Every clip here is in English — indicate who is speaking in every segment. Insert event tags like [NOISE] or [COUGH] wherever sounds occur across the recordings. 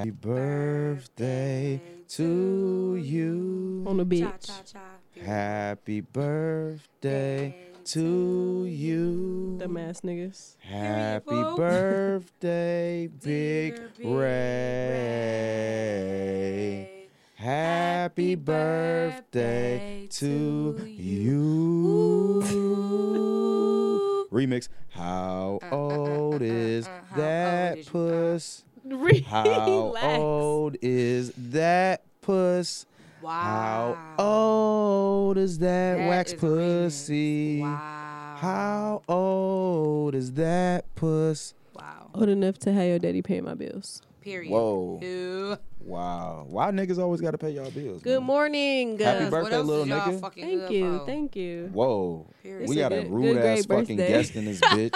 Speaker 1: Happy birthday to you.
Speaker 2: on the beach.
Speaker 1: Happy birthday to you.
Speaker 2: Dumbass niggas.
Speaker 1: Happy
Speaker 3: Beautiful.
Speaker 1: birthday,
Speaker 3: [LAUGHS]
Speaker 1: Big Ray. Happy birthday to you. Remix. How old is
Speaker 3: uh, how old
Speaker 1: that
Speaker 3: is you?
Speaker 1: puss? [LAUGHS] How
Speaker 2: Relax.
Speaker 1: old is that puss? How
Speaker 3: Wow.
Speaker 1: old is that,
Speaker 3: That
Speaker 1: wax
Speaker 3: is a remix.
Speaker 1: pussy?
Speaker 3: Wow.
Speaker 1: How old is that puss?
Speaker 3: Wow.
Speaker 2: Old enough to have your daddy pay my bills.
Speaker 3: Period.
Speaker 1: Whoa.
Speaker 3: Ew.
Speaker 1: Wow. Why niggas always gotta pay y'all bills?
Speaker 2: Good
Speaker 1: man?
Speaker 2: morning.
Speaker 1: Happy
Speaker 2: Uh,
Speaker 1: birthday,
Speaker 3: what else
Speaker 1: little
Speaker 3: is y'all
Speaker 1: nigga.
Speaker 3: Fucking
Speaker 2: Thank
Speaker 3: good
Speaker 2: you.
Speaker 3: for?
Speaker 2: Thank you.
Speaker 1: Whoa.
Speaker 3: Period.
Speaker 1: we
Speaker 2: It's a
Speaker 1: got a
Speaker 2: good-
Speaker 1: rude
Speaker 2: good
Speaker 1: ass
Speaker 2: great
Speaker 1: fucking
Speaker 2: birthday.
Speaker 1: guest in this
Speaker 2: [LAUGHS]
Speaker 1: bitch.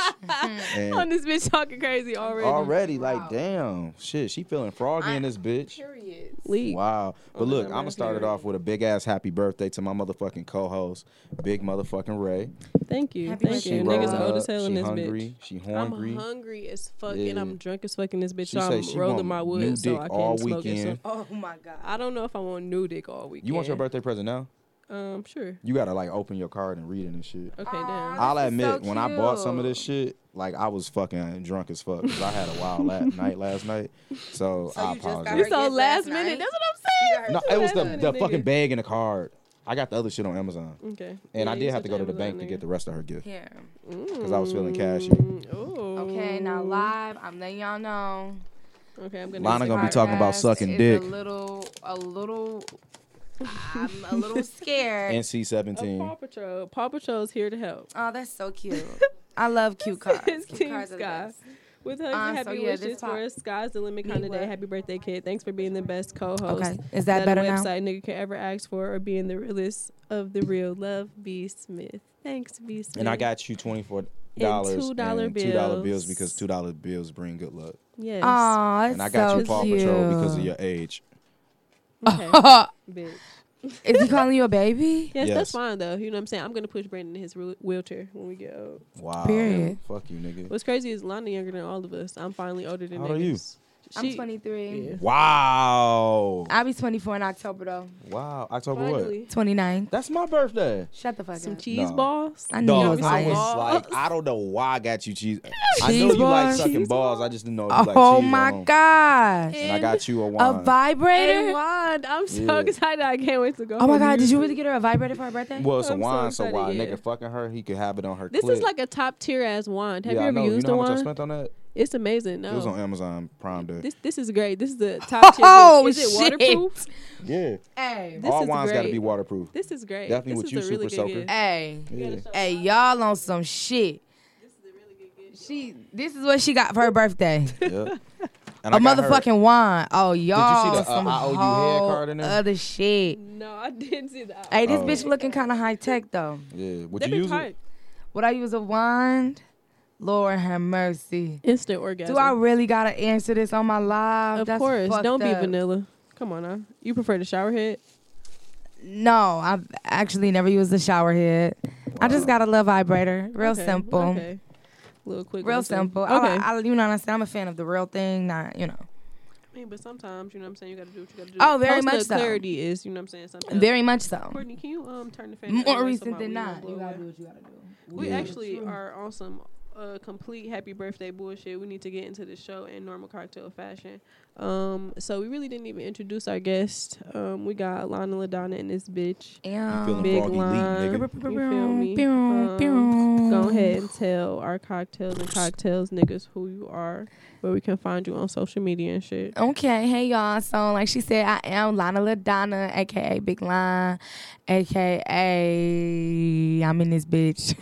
Speaker 2: On
Speaker 1: and
Speaker 2: this bitch talking crazy already.
Speaker 1: already, like,
Speaker 3: Wow.
Speaker 1: damn. Shit, she feeling froggy in this bitch.
Speaker 3: Period.
Speaker 2: Leak.
Speaker 1: Wow. But
Speaker 2: Oh,
Speaker 1: look,
Speaker 2: that
Speaker 1: I'm gonna
Speaker 2: reminds
Speaker 1: start
Speaker 2: me.
Speaker 1: it off with a big ass happy birthday to my motherfucking co-host, Big motherfucking Ray.
Speaker 2: Thank you.
Speaker 3: Happy
Speaker 2: Thank
Speaker 3: birthday,
Speaker 1: She
Speaker 2: you.
Speaker 3: bro.
Speaker 1: rolled
Speaker 2: Niggas old
Speaker 1: up,
Speaker 2: as hell in
Speaker 1: she
Speaker 2: this
Speaker 1: hungry, She
Speaker 2: bitch.
Speaker 1: hungry.
Speaker 2: I'm hungry as fuck and
Speaker 1: Yeah.
Speaker 2: I'm drunk as fuck in this bitch.
Speaker 1: She
Speaker 2: so
Speaker 1: say
Speaker 2: I'm
Speaker 1: she
Speaker 2: rolling
Speaker 1: want
Speaker 2: my wood
Speaker 1: new
Speaker 2: so
Speaker 1: dick
Speaker 2: I
Speaker 1: all
Speaker 2: can't smoke it. So
Speaker 1: weekend.
Speaker 3: Oh my god.
Speaker 2: I don't know if I want new dick all weekend.
Speaker 1: You want your birthday present now?
Speaker 2: Um, sure.
Speaker 1: You gotta like open your card and read it and shit.
Speaker 2: Okay,
Speaker 3: Aw,
Speaker 2: damn.
Speaker 3: that-
Speaker 1: I'll
Speaker 3: is
Speaker 1: admit,
Speaker 3: so
Speaker 1: when I bought some of
Speaker 3: cute.
Speaker 1: this shit, like I was fucking drunk as fuck 'cause I had a wild
Speaker 2: [LAUGHS]
Speaker 1: la- night last night. So,
Speaker 3: So
Speaker 1: I
Speaker 3: you just got
Speaker 1: apologize.
Speaker 3: her
Speaker 2: you so
Speaker 3: Yes,
Speaker 2: last
Speaker 3: last
Speaker 2: minute.
Speaker 3: night.
Speaker 2: That's what I'm saying.
Speaker 1: No,
Speaker 2: You
Speaker 1: it was the,
Speaker 2: last
Speaker 1: the
Speaker 2: minute,
Speaker 1: fucking
Speaker 2: nigga.
Speaker 1: bag and the card. I got the other shit on Amazon.
Speaker 2: Okay.
Speaker 1: And I
Speaker 2: Yeah,
Speaker 1: did
Speaker 2: you
Speaker 1: have to go
Speaker 2: such
Speaker 1: to the
Speaker 2: Amazon
Speaker 1: bank to get
Speaker 2: nigga.
Speaker 1: the rest of her gift
Speaker 3: Here.
Speaker 1: because I was
Speaker 2: Mm,
Speaker 1: feeling cashy.
Speaker 2: Oh.
Speaker 3: Okay, now live. I'm letting y'all know.
Speaker 2: Okay, I'm gonna.
Speaker 1: Lana
Speaker 3: this
Speaker 1: gonna be talking about
Speaker 3: podcast
Speaker 1: sucking
Speaker 3: is
Speaker 1: dick.
Speaker 3: A little, a little. I'm a
Speaker 2: [LAUGHS]
Speaker 3: little scared.
Speaker 1: NC
Speaker 2: Oh,
Speaker 1: 17.
Speaker 2: Paw Patrol. Paw Patrol's here to help.
Speaker 3: oh, that's so
Speaker 2: [LAUGHS]
Speaker 3: cute. I love cute cars.
Speaker 2: It's
Speaker 3: Cute
Speaker 2: Team
Speaker 3: cars are the
Speaker 2: Sky.
Speaker 3: best.
Speaker 2: With hugs
Speaker 3: Uh,
Speaker 2: and
Speaker 3: so
Speaker 2: happy
Speaker 3: yeah, this
Speaker 2: wishes
Speaker 3: pop-
Speaker 2: for us. Sky's the limit
Speaker 3: Me
Speaker 2: kind of day.
Speaker 3: what?
Speaker 2: Happy birthday, kid. Thanks for being the best co-host.
Speaker 3: Okay, is that,
Speaker 2: a
Speaker 3: better now?
Speaker 2: website nigga could ever ask for or being the realest of the real. Love, B. Smith. Thanks, B. Smith.
Speaker 1: And I got you $24.
Speaker 2: And $2
Speaker 1: and $2 bills
Speaker 2: bills.
Speaker 1: because $2 bills bring good luck.
Speaker 2: Yes.
Speaker 3: Oh, that's
Speaker 1: And I got
Speaker 3: so
Speaker 1: you Paw
Speaker 3: cute.
Speaker 1: Patrol because of your age.
Speaker 2: Okay, bitch.
Speaker 3: Is he calling you a baby?
Speaker 2: Yes,
Speaker 1: Yes.
Speaker 2: that's fine though. You know what I'm saying? I'm gonna push Brandon in his wheel- wheelchair when we get old.
Speaker 1: Wow.
Speaker 3: Period.
Speaker 1: Fuck you, nigga.
Speaker 2: What's crazy is Lana younger than all of us. I'm finally older than
Speaker 1: How old are you?
Speaker 2: niggas.
Speaker 3: I'm
Speaker 2: She-
Speaker 3: 23.
Speaker 2: Yeah.
Speaker 1: Wow.
Speaker 3: I'll be 24 in October though.
Speaker 1: Wow. October what?
Speaker 2: Finally.
Speaker 3: 29.
Speaker 1: That's my birthday.
Speaker 3: Shut the fuck
Speaker 2: Some
Speaker 3: up.
Speaker 2: cheese
Speaker 1: No.
Speaker 2: balls.
Speaker 3: I knew you
Speaker 1: No,
Speaker 3: was
Speaker 1: I
Speaker 3: lying.
Speaker 1: was
Speaker 2: Balls.
Speaker 1: like, I don't know why I got you cheese. I know
Speaker 3: Cheese
Speaker 1: you like
Speaker 3: balls.
Speaker 1: sucking
Speaker 2: Cheese
Speaker 1: balls. I just didn't know if you like
Speaker 3: Oh
Speaker 1: cheese
Speaker 3: my
Speaker 1: alone.
Speaker 3: gosh.
Speaker 1: And I got you a
Speaker 3: A
Speaker 1: wine.
Speaker 3: vibrator?
Speaker 2: Hey, Wand, I'm so
Speaker 1: Yeah.
Speaker 2: excited. I can't wait to go.
Speaker 3: Oh my
Speaker 2: home to
Speaker 3: god, did you
Speaker 2: it.
Speaker 3: really get her a vibrator for her birthday?
Speaker 1: well, it's a
Speaker 2: I'm so
Speaker 1: wine, so,
Speaker 2: excited,
Speaker 1: why a
Speaker 2: yeah.
Speaker 1: nigga fucking her, he could have it on her.
Speaker 2: This
Speaker 1: clit.
Speaker 2: is like a top tier ass wand. Have
Speaker 1: yeah,
Speaker 2: you
Speaker 1: I
Speaker 2: ever
Speaker 1: know.
Speaker 2: used
Speaker 1: you know how
Speaker 2: a
Speaker 1: much I
Speaker 2: wand?
Speaker 1: spent on that?
Speaker 2: It's amazing. No,
Speaker 1: It was on Amazon Prime Day.
Speaker 2: this this is great. This
Speaker 3: [LAUGHS]
Speaker 2: is the top tier.
Speaker 3: Oh,
Speaker 2: gift. is it
Speaker 3: shit.
Speaker 2: waterproof?
Speaker 1: yeah,
Speaker 3: Hey.
Speaker 2: This
Speaker 1: all
Speaker 2: is
Speaker 1: wines got to
Speaker 2: great.
Speaker 1: be waterproof.
Speaker 2: This is great.
Speaker 1: Definitely
Speaker 2: this
Speaker 1: with
Speaker 2: is
Speaker 1: you,
Speaker 2: a really
Speaker 1: Super
Speaker 2: good
Speaker 1: Soaker.
Speaker 2: gift.
Speaker 3: Hey.
Speaker 1: Yeah.
Speaker 3: Hey, y'all on some shit. She this is what she got for her birthday. [LAUGHS]
Speaker 1: Yep. And
Speaker 3: A
Speaker 1: I got her-
Speaker 3: motherfucking wine. Oh y'all
Speaker 1: the, uh,
Speaker 3: some
Speaker 1: I owe you head
Speaker 3: whole
Speaker 1: card in there?
Speaker 3: other shit.
Speaker 2: No, I didn't see that.
Speaker 3: Hey, this
Speaker 1: Oh.
Speaker 3: bitch looking kinda high tech though.
Speaker 1: Yeah, would
Speaker 2: that
Speaker 1: you
Speaker 2: bitch
Speaker 1: use it?
Speaker 2: hard.
Speaker 3: Would I use a wand? Lord have mercy.
Speaker 2: Instant orgasm.
Speaker 3: Do I really gotta answer this on my live?
Speaker 2: of
Speaker 3: That's
Speaker 2: course.
Speaker 3: fucked
Speaker 2: Don't be
Speaker 3: up.
Speaker 2: vanilla. Come on now. You prefer the shower head?
Speaker 3: No, I've actually never used the shower head. I just got a little vibrator. Real
Speaker 2: Okay,
Speaker 3: simple.
Speaker 2: Okay. Little quick.
Speaker 3: Real
Speaker 2: one, too.
Speaker 3: simple.
Speaker 2: Okay.
Speaker 3: I, I, you know what I'm saying? I'm a fan of the real thing, not, you know.
Speaker 2: I mean, but sometimes, you know what I'm saying, you gotta do what you gotta do.
Speaker 3: Oh, very
Speaker 2: Personal
Speaker 3: much so.
Speaker 2: clarity is, you know what I'm saying, something. else.
Speaker 3: Very much so.
Speaker 2: Courtney, can you um turn the fan?
Speaker 3: More recent than not. You gotta do what
Speaker 2: We,
Speaker 3: you gotta do.
Speaker 2: we
Speaker 1: Yeah.
Speaker 2: actually are on some uh, complete happy birthday bullshit. We need to get into the show in normal cocktail fashion. Um, so we really didn't even introduce our guest. Um, we got Lana Ladonna and this bitch.
Speaker 3: And
Speaker 1: feeling
Speaker 2: Big
Speaker 1: froggy leak,
Speaker 2: line.
Speaker 1: nigga.
Speaker 2: You feel me? Um,
Speaker 3: Mm.
Speaker 2: go ahead and tell our cocktails and cocktails niggas who you are, where we can find you on social media and shit.
Speaker 3: Okay, hey y'all. So like she said, I am Lana LaDonna, aka Big Line, aka I'm in this bitch.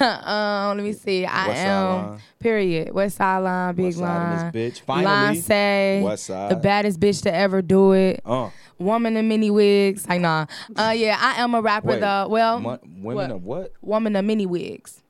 Speaker 3: [LAUGHS] um, let me see. I
Speaker 1: West side
Speaker 3: am
Speaker 1: line.
Speaker 3: period. West Side Line, Big
Speaker 1: West side
Speaker 3: Line.
Speaker 1: of this bitch.
Speaker 3: Line
Speaker 1: Finally,
Speaker 3: say
Speaker 1: West
Speaker 3: the
Speaker 1: side.
Speaker 3: baddest bitch to ever do it.
Speaker 1: Uh,
Speaker 3: Woman in mini wigs. Like nah. Uh yeah, I am a rapper
Speaker 1: Wait,
Speaker 3: though. Well,
Speaker 1: mon- women
Speaker 3: Oh, what?
Speaker 1: of what?
Speaker 3: woman in mini wigs.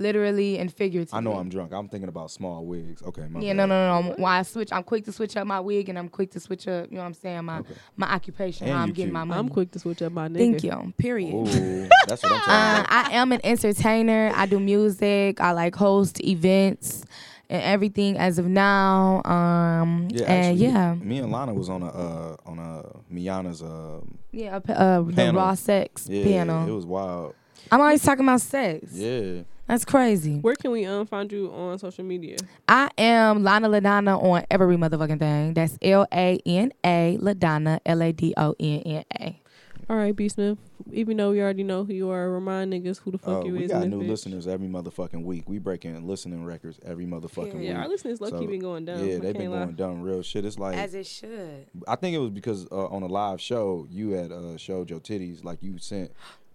Speaker 3: Literally and figuratively.
Speaker 1: I know I'm drunk. I'm thinking about small wigs. Okay, my
Speaker 3: Yeah,
Speaker 1: bad.
Speaker 3: no, no, no. no. Why I switch? I'm quick to switch up my wig, and I'm quick to switch up. You know what I'm saying? My my occupation,
Speaker 1: And
Speaker 3: how I'm
Speaker 1: you
Speaker 3: getting
Speaker 1: cute. Oh.
Speaker 3: my money.
Speaker 2: I'm quick to switch up my nigga.
Speaker 3: Thank you. Period.
Speaker 1: Ooh, that's
Speaker 3: [LAUGHS]
Speaker 1: what I'm talking
Speaker 3: Uh,
Speaker 1: about.
Speaker 3: I am an entertainer. I do music. I like host events, and everything as of now. Um,
Speaker 1: Yeah,
Speaker 3: and
Speaker 1: actually,
Speaker 3: yeah,
Speaker 1: Me and Lana was on a uh, on a Miana's uh,
Speaker 3: yeah, a pa- uh, the
Speaker 1: Panel.
Speaker 3: raw sex
Speaker 1: yeah, It
Speaker 3: panel.
Speaker 1: was wild.
Speaker 3: I'm always talking about sex.
Speaker 1: Yeah,
Speaker 3: That's crazy.
Speaker 2: Where can we um find you on social media?
Speaker 3: I am Lana Ladonna on every motherfucking thing. That's L A N A Ladonna L A D O N N A.
Speaker 2: All right, B Smith. Even though we already know who you are, remind niggas who the fuck
Speaker 1: Uh,
Speaker 2: you
Speaker 1: we
Speaker 2: is.
Speaker 1: got
Speaker 2: in this
Speaker 1: new
Speaker 2: bitch.
Speaker 1: listeners every motherfucking week. We breaking listening records every motherfucking
Speaker 2: Yeah, our
Speaker 1: week.
Speaker 2: listeners low key
Speaker 1: Mm. So,
Speaker 2: been going down.
Speaker 1: yeah,
Speaker 2: I
Speaker 1: they've been
Speaker 2: can't lie.
Speaker 1: going dumb real shit. It's like
Speaker 3: it should.
Speaker 1: I think it was because uh, on a live show you had uh, showed your titties, like you sent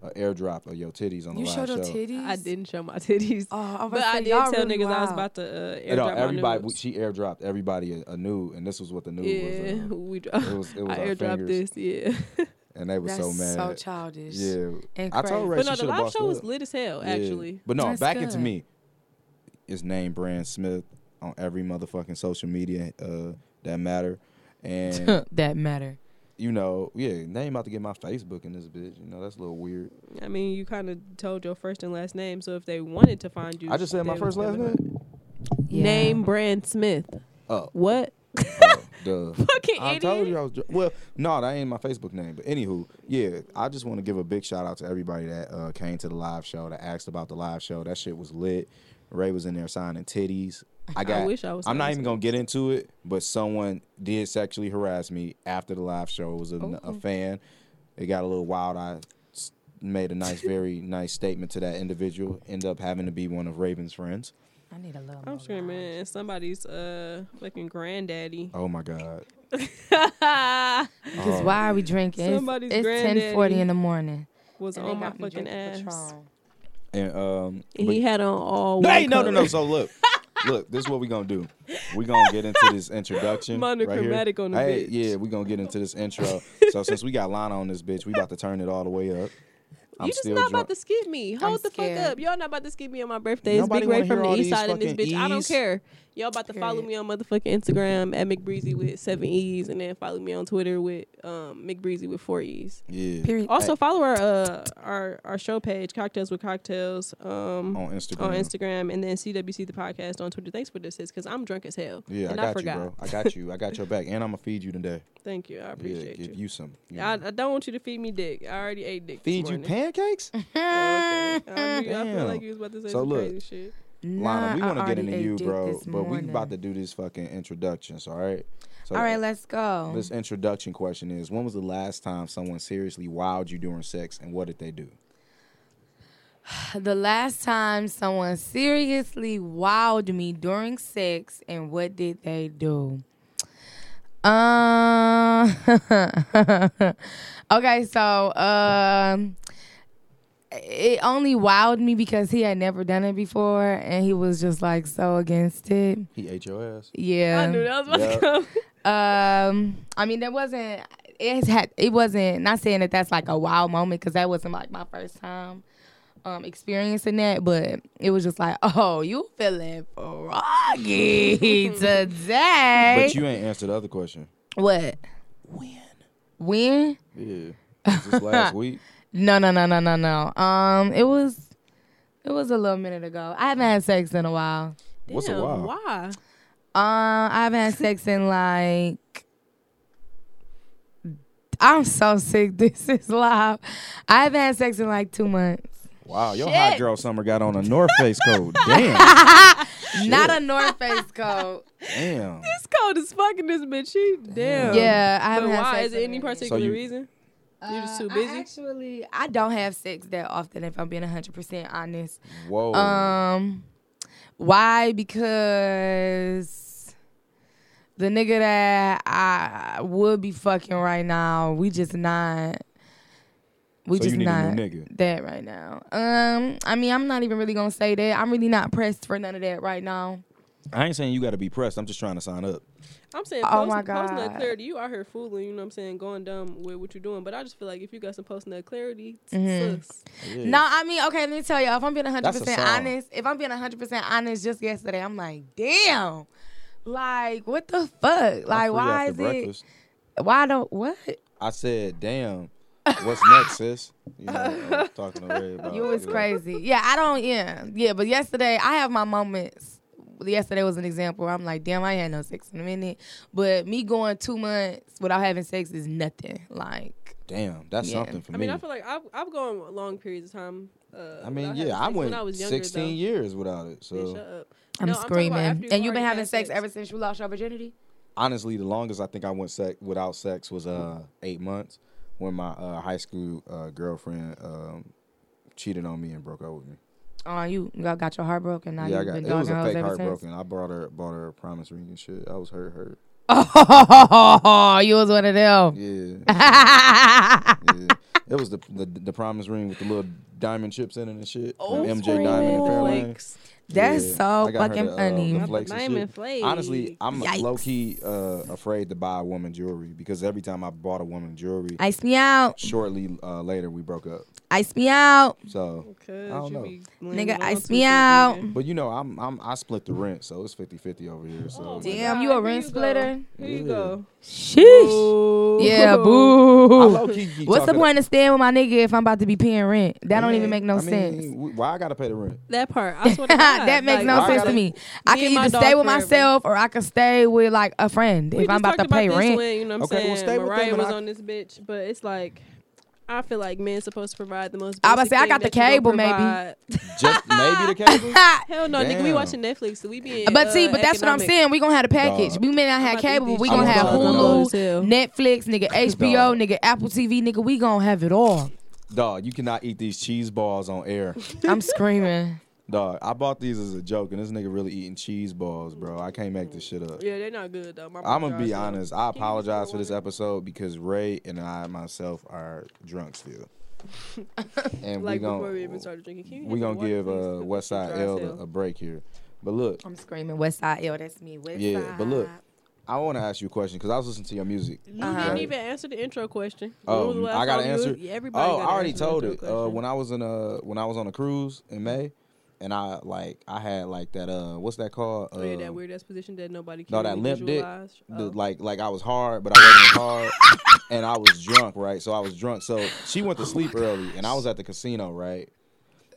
Speaker 1: an airdrop of your titties on the live show.
Speaker 3: titties.
Speaker 2: I didn't show my [LAUGHS] titties.
Speaker 3: Oh, I was
Speaker 2: but I did tell niggas I was about to uh, airdrop
Speaker 1: No,
Speaker 2: my
Speaker 1: everybody
Speaker 2: nudes.
Speaker 1: we, she airdropped everybody a, a nude, and this was what the nude
Speaker 2: yeah,
Speaker 1: was. Uh,
Speaker 2: [LAUGHS] we dro-
Speaker 1: it was it was
Speaker 2: I
Speaker 1: our
Speaker 2: airdropped
Speaker 1: fingers,
Speaker 2: this. Yeah,
Speaker 1: and they were so mad.
Speaker 3: childish. [LAUGHS]
Speaker 1: yeah,
Speaker 3: And
Speaker 1: I told Ray
Speaker 2: but
Speaker 1: she
Speaker 2: no,
Speaker 1: should
Speaker 2: the
Speaker 1: have
Speaker 2: live
Speaker 1: bossed
Speaker 2: show was
Speaker 1: up.
Speaker 2: lit as hell.
Speaker 1: Yeah.
Speaker 2: Actually,
Speaker 1: But no,
Speaker 3: That's
Speaker 1: back into
Speaker 3: good.
Speaker 1: me. It's named Brand Smith on every motherfucking social media uh, that matter.
Speaker 3: [LAUGHS]
Speaker 1: And
Speaker 3: that matter.
Speaker 1: you know, yeah, now you about to get my Facebook in this bitch. You know, that's a little weird.
Speaker 2: I mean, you kind of told your first and last name, so if they wanted to find you,
Speaker 1: I just said my
Speaker 2: they
Speaker 1: first
Speaker 2: would-
Speaker 1: last name.
Speaker 2: Name Brand Smith.
Speaker 1: Oh,
Speaker 2: What? [LAUGHS]
Speaker 1: duh.
Speaker 2: Fucking
Speaker 1: I
Speaker 2: idiot.
Speaker 1: told you I was. dr- Well, no, that ain't my Facebook name. But anywho, yeah, I just want to give a big shout out to everybody that uh, came to the live show, that asked about the live show. That shit was lit. Ray was in there signing titties. I got.
Speaker 2: wish I was
Speaker 1: I'm not
Speaker 2: signing
Speaker 1: even gonna get into it, but someone did sexually harass me after the live show. It was a, a fan. It got a little wild. I s- made a nice,
Speaker 2: [LAUGHS]
Speaker 1: very nice statement to that individual. End up having to be one of Raven's friends.
Speaker 3: I need a little.
Speaker 2: I'm screaming.
Speaker 1: [LAUGHS]
Speaker 2: and Somebody's uh fucking granddaddy.
Speaker 1: Oh my
Speaker 2: [LAUGHS]
Speaker 1: god. Oh.
Speaker 3: Because why are we drinking? It's-
Speaker 2: Somebody's
Speaker 3: it's ten
Speaker 2: granddaddy.
Speaker 3: forty in the morning.
Speaker 2: was
Speaker 3: Oh,
Speaker 2: on my fucking ass.
Speaker 1: And um, but-
Speaker 2: And he had on all.
Speaker 1: Hey,
Speaker 2: one
Speaker 1: no, no, no.
Speaker 2: color.
Speaker 1: So
Speaker 2: [LAUGHS]
Speaker 1: look, look. This is what we gonna do. We gonna get into this introduction. right here.
Speaker 2: Monochromatic on the
Speaker 1: Hey,
Speaker 2: bitch.
Speaker 1: yeah, we gonna get into this intro. so since we got Lana on this bitch, we about to turn it all the way up. I'm
Speaker 2: you just
Speaker 1: still
Speaker 2: not
Speaker 1: drunk.
Speaker 2: about to skip me. Hold the fuck
Speaker 3: scared.
Speaker 2: up. Y'all not about to skip me on my birthday. It's
Speaker 1: Nobody
Speaker 2: Big
Speaker 1: wanna
Speaker 2: Ray from
Speaker 1: hear
Speaker 2: the
Speaker 1: all
Speaker 2: east
Speaker 1: these
Speaker 2: side in this bitch.
Speaker 1: fucking
Speaker 2: I don't
Speaker 1: E's.
Speaker 2: care. Y'all about to follow
Speaker 3: Period.
Speaker 2: me on motherfucking Instagram at McBreezy with seven E's and then follow me on Twitter with um McBreezy with four E's.
Speaker 1: yeah.
Speaker 3: [LAUGHS] Period.
Speaker 2: Also follow our uh our, our show page, Cocktails with Cocktails, um
Speaker 1: On Instagram.
Speaker 2: on Instagram and then CWC the podcast on Twitter. Thanks for this sis, because I'm drunk as hell.
Speaker 1: Yeah,
Speaker 2: and
Speaker 1: I got
Speaker 2: forgot.
Speaker 1: you, bro. I got you. I got your back, and I'm gonna feed you today.
Speaker 2: Thank you. I
Speaker 1: yeah,
Speaker 2: appreciate
Speaker 1: give
Speaker 2: you.
Speaker 1: you some. you
Speaker 2: I,
Speaker 1: know.
Speaker 2: I don't want you to feed me dick. I already ate dick. this
Speaker 1: feed you
Speaker 2: morning. [LAUGHS] Oh,
Speaker 1: pancakes.
Speaker 2: Okay. I, knew- I feel
Speaker 1: Damn.
Speaker 2: like you was about to say
Speaker 1: So
Speaker 2: some
Speaker 1: look,
Speaker 2: crazy shit.
Speaker 1: Lana, we want to
Speaker 3: Nah, I
Speaker 1: get
Speaker 3: already
Speaker 1: into
Speaker 3: ate
Speaker 1: you,
Speaker 3: dick
Speaker 1: bro,
Speaker 3: this
Speaker 1: but we about
Speaker 3: morning.
Speaker 1: to do these fucking introductions. All right. So
Speaker 3: All right, let's go.
Speaker 1: this introduction question is: When was the last time someone seriously wowed you during sex, and what did they do?
Speaker 3: The last time someone seriously wowed me during sex, and what did they do? Um. [LAUGHS] okay, so um, it only wowed me because he had never done it before, and he was just like so against it.
Speaker 1: He ate your ass.
Speaker 3: Yeah.
Speaker 2: I knew that was about
Speaker 1: Yeah.
Speaker 2: to come.
Speaker 3: Um, I mean, there wasn't. It had. It wasn't. Not saying that that's like a wow moment because that wasn't like my first time um experiencing that, but it was just like, oh, you feeling froggy today?
Speaker 1: But you ain't answered the other question.
Speaker 3: what? When? When?
Speaker 1: Yeah. Was
Speaker 3: [LAUGHS]
Speaker 1: this last week?
Speaker 3: No, no, no, no, no, no. Um, it was. It was a little minute ago. I haven't had sex in a while.
Speaker 1: What's a
Speaker 2: Damn,
Speaker 1: while?
Speaker 2: Why?
Speaker 3: Um, I haven't had sex in like. I'm so sick. [LAUGHS] This is live. I haven't had sex in like two months.
Speaker 1: Wow, your hot
Speaker 3: Shit.
Speaker 1: girl summer got on a North Face
Speaker 3: [LAUGHS]
Speaker 1: coat. Damn.
Speaker 3: Not a North Face
Speaker 2: [LAUGHS]
Speaker 3: coat.
Speaker 1: Damn.
Speaker 2: It's cold as fuck in this bitch. She damn.
Speaker 3: yeah, I
Speaker 2: But
Speaker 3: haven't. had
Speaker 2: why?
Speaker 3: sex
Speaker 2: Is it
Speaker 3: in
Speaker 2: any
Speaker 3: a minute.
Speaker 2: particular
Speaker 1: you-
Speaker 2: reason? You're just
Speaker 3: Uh,
Speaker 2: too busy.
Speaker 3: I actually, I don't have sex that often. If I'm being 100 percent honest.
Speaker 1: Whoa.
Speaker 3: Um, why? Because the nigga that I would be fucking right now, we just not. We
Speaker 1: So you
Speaker 3: just
Speaker 1: need a
Speaker 3: not
Speaker 1: new nigga.
Speaker 3: that right now. Um, I mean, I'm not even really gonna say that. I'm really not pressed for none of that right now.
Speaker 1: I ain't saying you got to be pressed. I'm just trying to sign up.
Speaker 2: I'm saying
Speaker 3: Oh
Speaker 2: post,
Speaker 3: my
Speaker 2: post nut
Speaker 3: God.
Speaker 2: clarity. You out here fooling, you know what I'm saying, going dumb with what you're doing. But I just feel like if you got some post nut clarity, t-
Speaker 3: Mm-hmm.
Speaker 2: sus.
Speaker 1: Yeah.
Speaker 3: No, I mean, okay, let me tell y'all. If I'm being 100
Speaker 1: That's a
Speaker 3: percent
Speaker 1: song.
Speaker 3: honest, if I'm being 100 percent honest, just yesterday, I'm like, damn, like what the fuck?
Speaker 1: I'm
Speaker 3: Like,
Speaker 1: free
Speaker 3: why
Speaker 1: after
Speaker 3: is
Speaker 1: breakfast.
Speaker 3: it? Why don't what?
Speaker 1: I said, damn.
Speaker 3: [LAUGHS]
Speaker 1: What's next, sis? You know, I was talking to Ray about
Speaker 3: You was
Speaker 1: know,
Speaker 3: crazy. Yeah, I don't. Yeah, yeah. But yesterday, I have my moments yesterday was an example. Where I'm like, damn, I ain't had no sex in a minute. But me going two months without having sex is nothing. Like,
Speaker 1: Damn, that's
Speaker 3: Yeah.
Speaker 1: something for
Speaker 2: I
Speaker 1: me.
Speaker 2: mean, I feel like I've I've gone long periods of time. Uh,
Speaker 1: I mean,
Speaker 2: without having
Speaker 1: yeah, I
Speaker 2: sex.
Speaker 1: went
Speaker 2: when I was younger,
Speaker 1: 16
Speaker 2: though.
Speaker 1: years without it.
Speaker 2: Yeah,
Speaker 1: So
Speaker 2: shut up.
Speaker 3: I'm
Speaker 2: No, I'm talking
Speaker 3: screaming.
Speaker 2: about after you've
Speaker 3: and you've been
Speaker 2: already
Speaker 3: having
Speaker 2: had
Speaker 3: sex,
Speaker 2: sex.
Speaker 3: ever since you lost your virginity?
Speaker 1: honestly, the longest I think I went sec- without sex was uh eight months when my uh, high school uh, girlfriend um, cheated on me and broke up with me.
Speaker 3: Oh, you y'all got your heart broken. Now
Speaker 1: yeah, I
Speaker 3: you've
Speaker 1: got
Speaker 3: been
Speaker 1: it was
Speaker 3: dogging
Speaker 1: a
Speaker 3: hoes
Speaker 1: fake
Speaker 3: ever since.
Speaker 1: heartbroken. I brought her bought her a promise ring and shit. I was hurt, hurt.
Speaker 3: [LAUGHS] Oh, you was one of them. [LAUGHS]
Speaker 1: Yeah,
Speaker 2: [LAUGHS]
Speaker 3: Yeah.
Speaker 1: yeah. It was the, the the promise ring with the little diamond chips in it and shit.
Speaker 2: Oh,
Speaker 1: from MJ
Speaker 2: screaming.
Speaker 1: Diamond and
Speaker 3: Oh.
Speaker 1: Fairlane.
Speaker 2: Flakes.
Speaker 3: That's
Speaker 1: Yeah.
Speaker 3: so
Speaker 1: I got her
Speaker 3: fucking
Speaker 1: the, uh,
Speaker 3: funny.
Speaker 1: the
Speaker 2: Not the
Speaker 1: flakes and
Speaker 2: diamond
Speaker 1: shit.
Speaker 2: flakes.
Speaker 1: Honestly, I'm
Speaker 3: Yikes.
Speaker 1: low key uh, afraid to buy a woman jewelry because every time I bought a woman jewelry,
Speaker 3: Ice me out.
Speaker 1: shortly uh, later we broke up.
Speaker 3: Ice me out.
Speaker 1: So,
Speaker 2: Cause
Speaker 1: I don't
Speaker 2: you
Speaker 1: know.
Speaker 2: be
Speaker 3: Nigga,
Speaker 2: laying on
Speaker 3: ice
Speaker 2: two
Speaker 3: me
Speaker 2: things
Speaker 3: out.
Speaker 2: again.
Speaker 1: but you know, I'm, I'm I split the rent, so it's 50-50 over here. So
Speaker 2: Oh, my
Speaker 3: Damn,
Speaker 2: God,
Speaker 3: you a
Speaker 2: here
Speaker 3: rent
Speaker 2: go.
Speaker 3: splitter.
Speaker 2: Here you
Speaker 1: Yeah.
Speaker 2: go.
Speaker 3: Sheesh. Yeah,
Speaker 1: I
Speaker 3: boo.
Speaker 1: low-key keep
Speaker 3: What's the
Speaker 1: talking-
Speaker 3: point of staying with my nigga if I'm about to be paying rent? That don't
Speaker 1: I
Speaker 3: even
Speaker 1: mean-
Speaker 3: make no
Speaker 1: I mean,
Speaker 3: sense.
Speaker 1: w- Why I gotta pay the rent?
Speaker 2: That part. [LAUGHS]
Speaker 3: [LAUGHS]
Speaker 2: I swear to God.
Speaker 3: that makes
Speaker 2: Like,
Speaker 3: no
Speaker 1: why
Speaker 3: sense
Speaker 1: gotta-
Speaker 3: to me. I
Speaker 2: Me
Speaker 3: can
Speaker 2: and my
Speaker 3: either
Speaker 2: dog
Speaker 3: stay with
Speaker 2: forever.
Speaker 3: myself or I can stay with like a friend
Speaker 2: We
Speaker 3: if I'm
Speaker 2: just
Speaker 3: about to
Speaker 2: talked
Speaker 3: pay
Speaker 2: this
Speaker 3: rent.
Speaker 2: When, you know what I'm
Speaker 1: Okay, well,
Speaker 2: saying?
Speaker 1: stay with
Speaker 2: Mariah
Speaker 1: them and
Speaker 2: was
Speaker 1: I-
Speaker 2: on this bitch, but it's like, I feel like men supposed to provide the most.
Speaker 3: I was about to
Speaker 2: basic
Speaker 3: say, I
Speaker 2: thing
Speaker 3: got the
Speaker 2: that you gonna
Speaker 3: cable, maybe.
Speaker 2: provide.
Speaker 1: Just maybe the cable.
Speaker 3: [LAUGHS]
Speaker 2: Hell no, nigga. We
Speaker 1: Damn.
Speaker 2: watching Netflix, so we be. uh,
Speaker 3: But see, but that's what I'm saying. We gonna have a package.
Speaker 1: Dog.
Speaker 3: We may not have
Speaker 2: about to
Speaker 3: cable,
Speaker 2: eat
Speaker 3: but we
Speaker 2: these
Speaker 3: gonna have
Speaker 1: chicken
Speaker 3: Hulu,
Speaker 2: nuggets. Dog.
Speaker 3: Netflix, nigga, HBO,
Speaker 1: Dog.
Speaker 3: nigga, Apple TV, nigga. We gonna have
Speaker 1: [LAUGHS]
Speaker 3: it all.
Speaker 1: Dog, you cannot eat these cheese balls on air.
Speaker 3: I'm screaming.
Speaker 1: Dog, I bought these as a joke, and this nigga really eating cheese balls, bro. I can't make this shit up.
Speaker 2: Yeah, they're not good though. My
Speaker 1: I'm gonna
Speaker 2: brother
Speaker 1: be
Speaker 2: also-
Speaker 1: honest. I
Speaker 2: Can you give me
Speaker 1: apologize
Speaker 2: some
Speaker 1: for this
Speaker 2: water?
Speaker 1: episode because Ray and I myself are drunk
Speaker 2: [LAUGHS]
Speaker 1: still, and
Speaker 2: Like
Speaker 1: we
Speaker 2: before we even
Speaker 1: gonna
Speaker 2: started drinking, Can you
Speaker 1: we
Speaker 2: get some
Speaker 1: gonna give uh,
Speaker 2: water, please?
Speaker 1: Westside
Speaker 2: Dry
Speaker 1: L
Speaker 2: as hell.
Speaker 1: a, a break here. But look,
Speaker 3: I'm screaming. West Side, yo, that's me. West
Speaker 1: Yeah,
Speaker 3: Side.
Speaker 1: but look, I want to ask you a question because I was listening to your music.
Speaker 2: You
Speaker 3: Uh-huh.
Speaker 2: didn't even answer the intro question. When
Speaker 1: Oh,
Speaker 2: was the last
Speaker 1: I gotta
Speaker 2: time you was-
Speaker 1: answer.
Speaker 2: Yeah, everybody.
Speaker 1: Oh, I
Speaker 2: gotta
Speaker 1: already
Speaker 2: answer the
Speaker 1: told
Speaker 2: intro
Speaker 1: it. Uh,
Speaker 2: question.
Speaker 1: when I was in a when I was on a cruise in May, and I like I had like that uh what's that called? Uh,
Speaker 2: Oh, yeah, that weird ass position that nobody can
Speaker 1: no, that
Speaker 2: really
Speaker 1: limp dick.
Speaker 2: visualize.
Speaker 1: the,
Speaker 2: Oh.
Speaker 1: like like I was hard, but I wasn't hard, and I was drunk, right? So I was drunk. So she went to sleep early, and I was at the casino, right?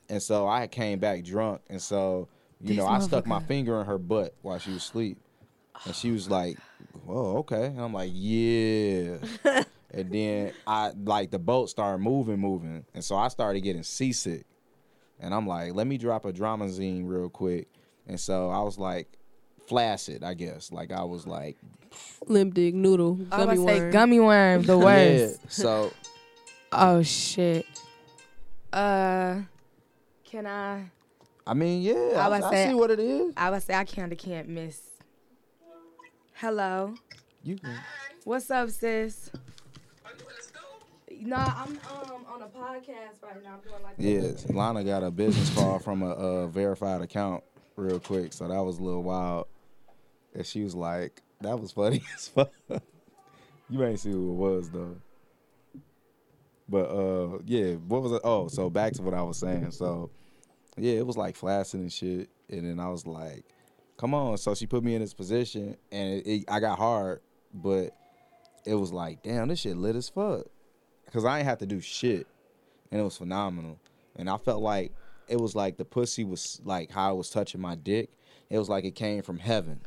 Speaker 1: And so I came back drunk, and so you
Speaker 3: This
Speaker 1: know I stuck my
Speaker 3: motherfucker.
Speaker 1: finger in her butt while she was asleep, and she was like, "Whoa, okay," and I'm like, "Yeah." and then I like the boat started moving, moving, and so I started getting seasick, and I'm like, "Let me drop a drama zine real quick," and so I was like. Flaccid, I guess. Like I was like
Speaker 2: limp dick noodle
Speaker 3: I was
Speaker 2: gummy
Speaker 3: gonna say
Speaker 2: worm.
Speaker 3: gummy worm, [LAUGHS] the worst.
Speaker 1: [LAUGHS] yeah. So
Speaker 3: Oh shit. Uh, can I?
Speaker 1: I mean, yeah,
Speaker 3: I
Speaker 1: I,
Speaker 3: was
Speaker 1: I
Speaker 3: saying-
Speaker 1: see what it is.
Speaker 3: I would say I kinda can't miss. Hello,
Speaker 1: You can.
Speaker 3: what's up, sis? No, I'm um on a podcast right now. I'm doing like
Speaker 1: Yes, Lana got a business call from a uh, verified account real quick, so that was a little wild. And she was like, "That was funny [LAUGHS] as fuck." you ain't see who it was though. But uh, yeah, what was it? Oh, so back to what I was saying. So yeah, it was like flashing and shit, and then I was like, "Come on!" So she put me in this position, and it, it, I got hard, but it was like, "Damn, this shit lit as fuck," because I ain't have to do shit, and it was phenomenal, and I felt like it was like the pussy was like how it was touching my dick. It was like it came from heaven,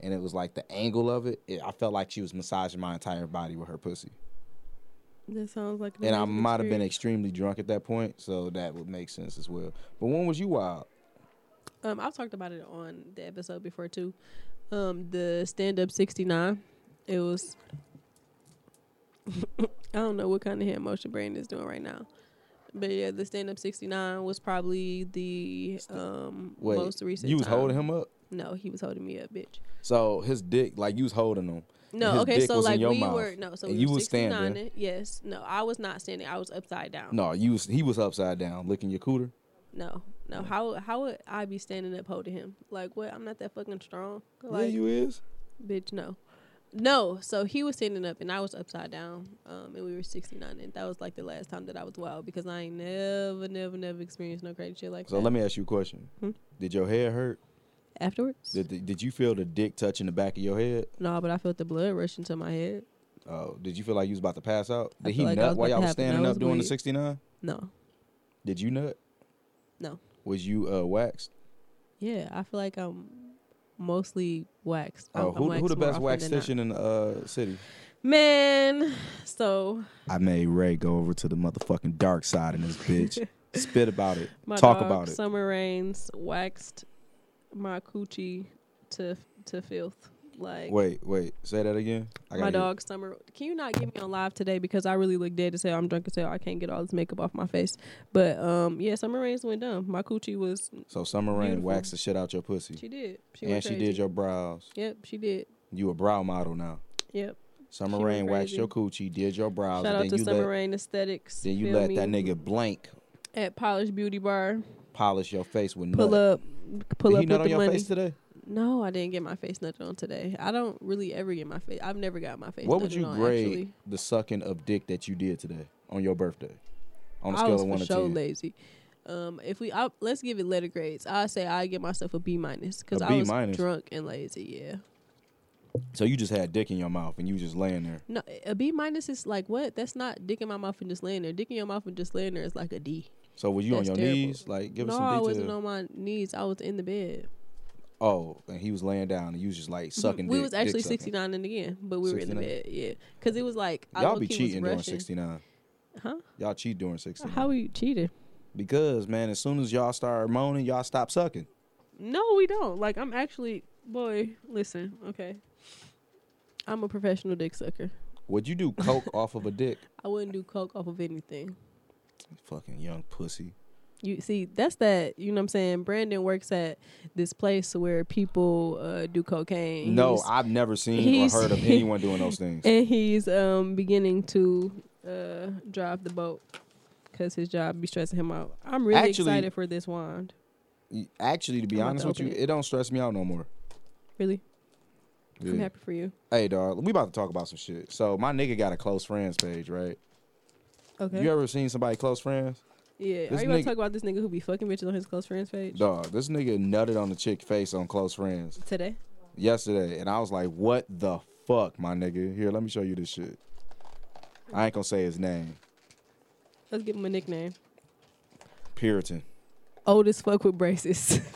Speaker 1: and it was like the angle of it. it I felt like she was massaging my entire body with her pussy
Speaker 2: Mm-hmm. That sounds like. an
Speaker 1: and I
Speaker 2: amazing
Speaker 1: might have been
Speaker 2: experience.
Speaker 1: extremely drunk at that point, so that would make sense as well. But when was you wild?
Speaker 2: Um, I've talked about it on the episode before too. Um, the stand up sixty nine. It was. [LAUGHS] I don't know what kind of hand motion brain is doing right now, but yeah, the stand up sixty nine was probably the um
Speaker 1: Wait,
Speaker 2: most recent.
Speaker 1: you was
Speaker 2: time.
Speaker 1: holding him up,
Speaker 2: No, he was holding me up, bitch.
Speaker 1: so his dick, like you was holding him.
Speaker 2: No,
Speaker 1: his
Speaker 2: okay,
Speaker 1: dick
Speaker 2: so
Speaker 1: was in
Speaker 2: like
Speaker 1: your
Speaker 2: we
Speaker 1: mouth,
Speaker 2: were no, so
Speaker 1: and
Speaker 2: we
Speaker 1: you
Speaker 2: were
Speaker 1: was standing.
Speaker 2: 69. Yes, no, I was not standing. I was upside down.
Speaker 1: No, you was he was upside down licking your cooter.
Speaker 2: No, no. How how would I be standing up holding him? Like what? I'm not that fucking strong.
Speaker 1: yeah,
Speaker 2: Like
Speaker 1: you is.
Speaker 2: bitch, no, no. So he was standing up and I was upside down. Um, and we were 69, and that was like the last time that I was wild because I ain't never, never, never experienced no crazy shit like
Speaker 1: So
Speaker 2: that.
Speaker 1: let me ask you a question:
Speaker 2: Hmm?
Speaker 1: Did your head hurt?
Speaker 2: Afterwards,
Speaker 1: Did, did did you feel the dick touching the back of your head?
Speaker 2: no, but I felt the blood rush into my head.
Speaker 1: Oh, did you feel like you was about to pass out?
Speaker 2: I
Speaker 1: Did he
Speaker 2: felt like I
Speaker 1: nut
Speaker 2: was
Speaker 1: while
Speaker 2: about
Speaker 1: y'all
Speaker 2: to
Speaker 1: was
Speaker 2: have a
Speaker 1: standing up doing the
Speaker 2: nosebleed.
Speaker 1: sixty nine?
Speaker 2: No,
Speaker 1: Did you nut?
Speaker 2: No.
Speaker 1: Was you uh, waxed?
Speaker 2: yeah, I feel like I'm mostly waxed.
Speaker 1: Oh,
Speaker 2: I'm- I'm
Speaker 1: who, who the
Speaker 2: waxed more
Speaker 1: best
Speaker 2: often
Speaker 1: wax
Speaker 2: than not.
Speaker 1: station in the uh, city?
Speaker 2: Man, [SIGHS] so
Speaker 1: I made Ray go over to the motherfucking dark side in this
Speaker 2: [LAUGHS]
Speaker 1: bitch. Spit about it.
Speaker 2: my
Speaker 1: Talk
Speaker 2: dog,
Speaker 1: about it.
Speaker 2: Summer Rains waxed my coochie to to filth. Like
Speaker 1: Wait, wait. Say that again. I
Speaker 2: my
Speaker 1: gotta hear it.
Speaker 2: dog Summer. Can you not get me on live today because I really look dead as hell. I'm drunk as hell. I can't get all this makeup off my face. But um, yeah, Summer Rains went dumb. My coochie was.
Speaker 1: So Summer Rain
Speaker 2: Beautiful.
Speaker 1: waxed the shit out your pussy,
Speaker 2: She did. She
Speaker 1: and
Speaker 2: went
Speaker 1: she
Speaker 2: crazy.
Speaker 1: did your brows.
Speaker 2: Yep, she did.
Speaker 1: You a brow model now.
Speaker 2: Yep.
Speaker 1: Summer
Speaker 2: She went
Speaker 1: Rain waxed
Speaker 2: crazy.
Speaker 1: your coochie, did your brows,
Speaker 2: Shout out
Speaker 1: and
Speaker 2: to
Speaker 1: then you
Speaker 2: Summer
Speaker 1: let
Speaker 2: Rain Aesthetics.
Speaker 1: then you
Speaker 2: Feel
Speaker 1: let
Speaker 2: me?
Speaker 1: that nigga blank
Speaker 2: at Polish Beauty Bar.
Speaker 1: polish your face with
Speaker 2: Pull
Speaker 1: nut.
Speaker 2: up, pull
Speaker 1: Did
Speaker 2: up
Speaker 1: he nut
Speaker 2: with
Speaker 1: on
Speaker 2: the
Speaker 1: your
Speaker 2: money.
Speaker 1: face today?
Speaker 2: No, I didn't get my face nutted on today. I don't really ever get my face. I've never got my face.
Speaker 1: What would
Speaker 2: nutted
Speaker 1: you
Speaker 2: on,
Speaker 1: grade
Speaker 2: Actually.
Speaker 1: the sucking of dick that you did today on your birthday? On a
Speaker 2: I
Speaker 1: scale
Speaker 2: was
Speaker 1: of one
Speaker 2: for
Speaker 1: to
Speaker 2: sure
Speaker 1: ten.
Speaker 2: lazy. Um, if we I, let's give it letter grades, I say I give myself a B minus because
Speaker 1: A
Speaker 2: I
Speaker 1: B
Speaker 2: was
Speaker 1: minus?
Speaker 2: drunk and lazy. Yeah,
Speaker 1: So you just had dick in your mouth and you just laying there.
Speaker 2: no, a B minus is like what? That's not dick in my mouth and just laying there. Dick in your mouth and just laying there is like a D.
Speaker 1: So were you
Speaker 2: That's
Speaker 1: on your
Speaker 2: terrible.
Speaker 1: knees? Like give
Speaker 2: no,
Speaker 1: us
Speaker 2: I
Speaker 1: some
Speaker 2: wasn't
Speaker 1: detail.
Speaker 2: on my knees. I was in the bed.
Speaker 1: oh, and he was laying down and you was just like sucking
Speaker 2: we
Speaker 1: dick.
Speaker 2: was
Speaker 1: dick
Speaker 2: actually
Speaker 1: sucking.
Speaker 2: sixty nine in again, but we were in
Speaker 1: 69?
Speaker 2: the bed. Yeah, because it was like I
Speaker 1: Y'all be
Speaker 2: low-key was
Speaker 1: cheating during
Speaker 2: rushing.
Speaker 1: sixty nine.
Speaker 2: Huh?
Speaker 1: Y'all cheat during sixty nine.
Speaker 2: How we cheated?
Speaker 1: Because man, as soon as y'all start moaning, y'all stop sucking.
Speaker 2: No, we don't. Like I'm actually, boy, listen, okay. I'm a professional dick sucker.
Speaker 1: Would you do coke [LAUGHS] off of a dick?
Speaker 2: I wouldn't do coke off of anything.
Speaker 1: Fucking young pussy.
Speaker 2: You see, that's that. You know what I'm saying? Brandon works at this place where people uh, do cocaine.
Speaker 1: No,
Speaker 2: He's-
Speaker 1: I've never seen or
Speaker 2: he's- [LAUGHS]
Speaker 1: heard of anyone doing those things.
Speaker 2: and he's um beginning to uh drive the boat because his job be stressing him out. I'm really
Speaker 1: Actually-
Speaker 2: excited for this wand.
Speaker 1: Actually, to be
Speaker 2: I'm about
Speaker 1: honest
Speaker 2: to
Speaker 1: with you,
Speaker 2: open
Speaker 1: it.
Speaker 2: it.
Speaker 1: don't stress me out no more.
Speaker 2: Really, I'm
Speaker 1: Yeah.
Speaker 2: happy for you.
Speaker 1: Hey, dog, we about to talk about some shit. So my nigga got a close friends page, right?
Speaker 2: Okay.
Speaker 1: You ever seen somebody close friends?
Speaker 2: yeah.
Speaker 1: this
Speaker 2: Are you about
Speaker 1: nigga-
Speaker 2: to talk about this nigga who be fucking bitches on his close friends page
Speaker 1: Dog, this nigga nutted on the chick face on close friends
Speaker 2: today?
Speaker 1: yesterday, and I was like, "What the fuck, my nigga? Here, let me show you this shit." I ain't gonna say his name.
Speaker 2: Let's give him a nickname.
Speaker 1: Puritan.
Speaker 2: old as fuck with braces. [LAUGHS]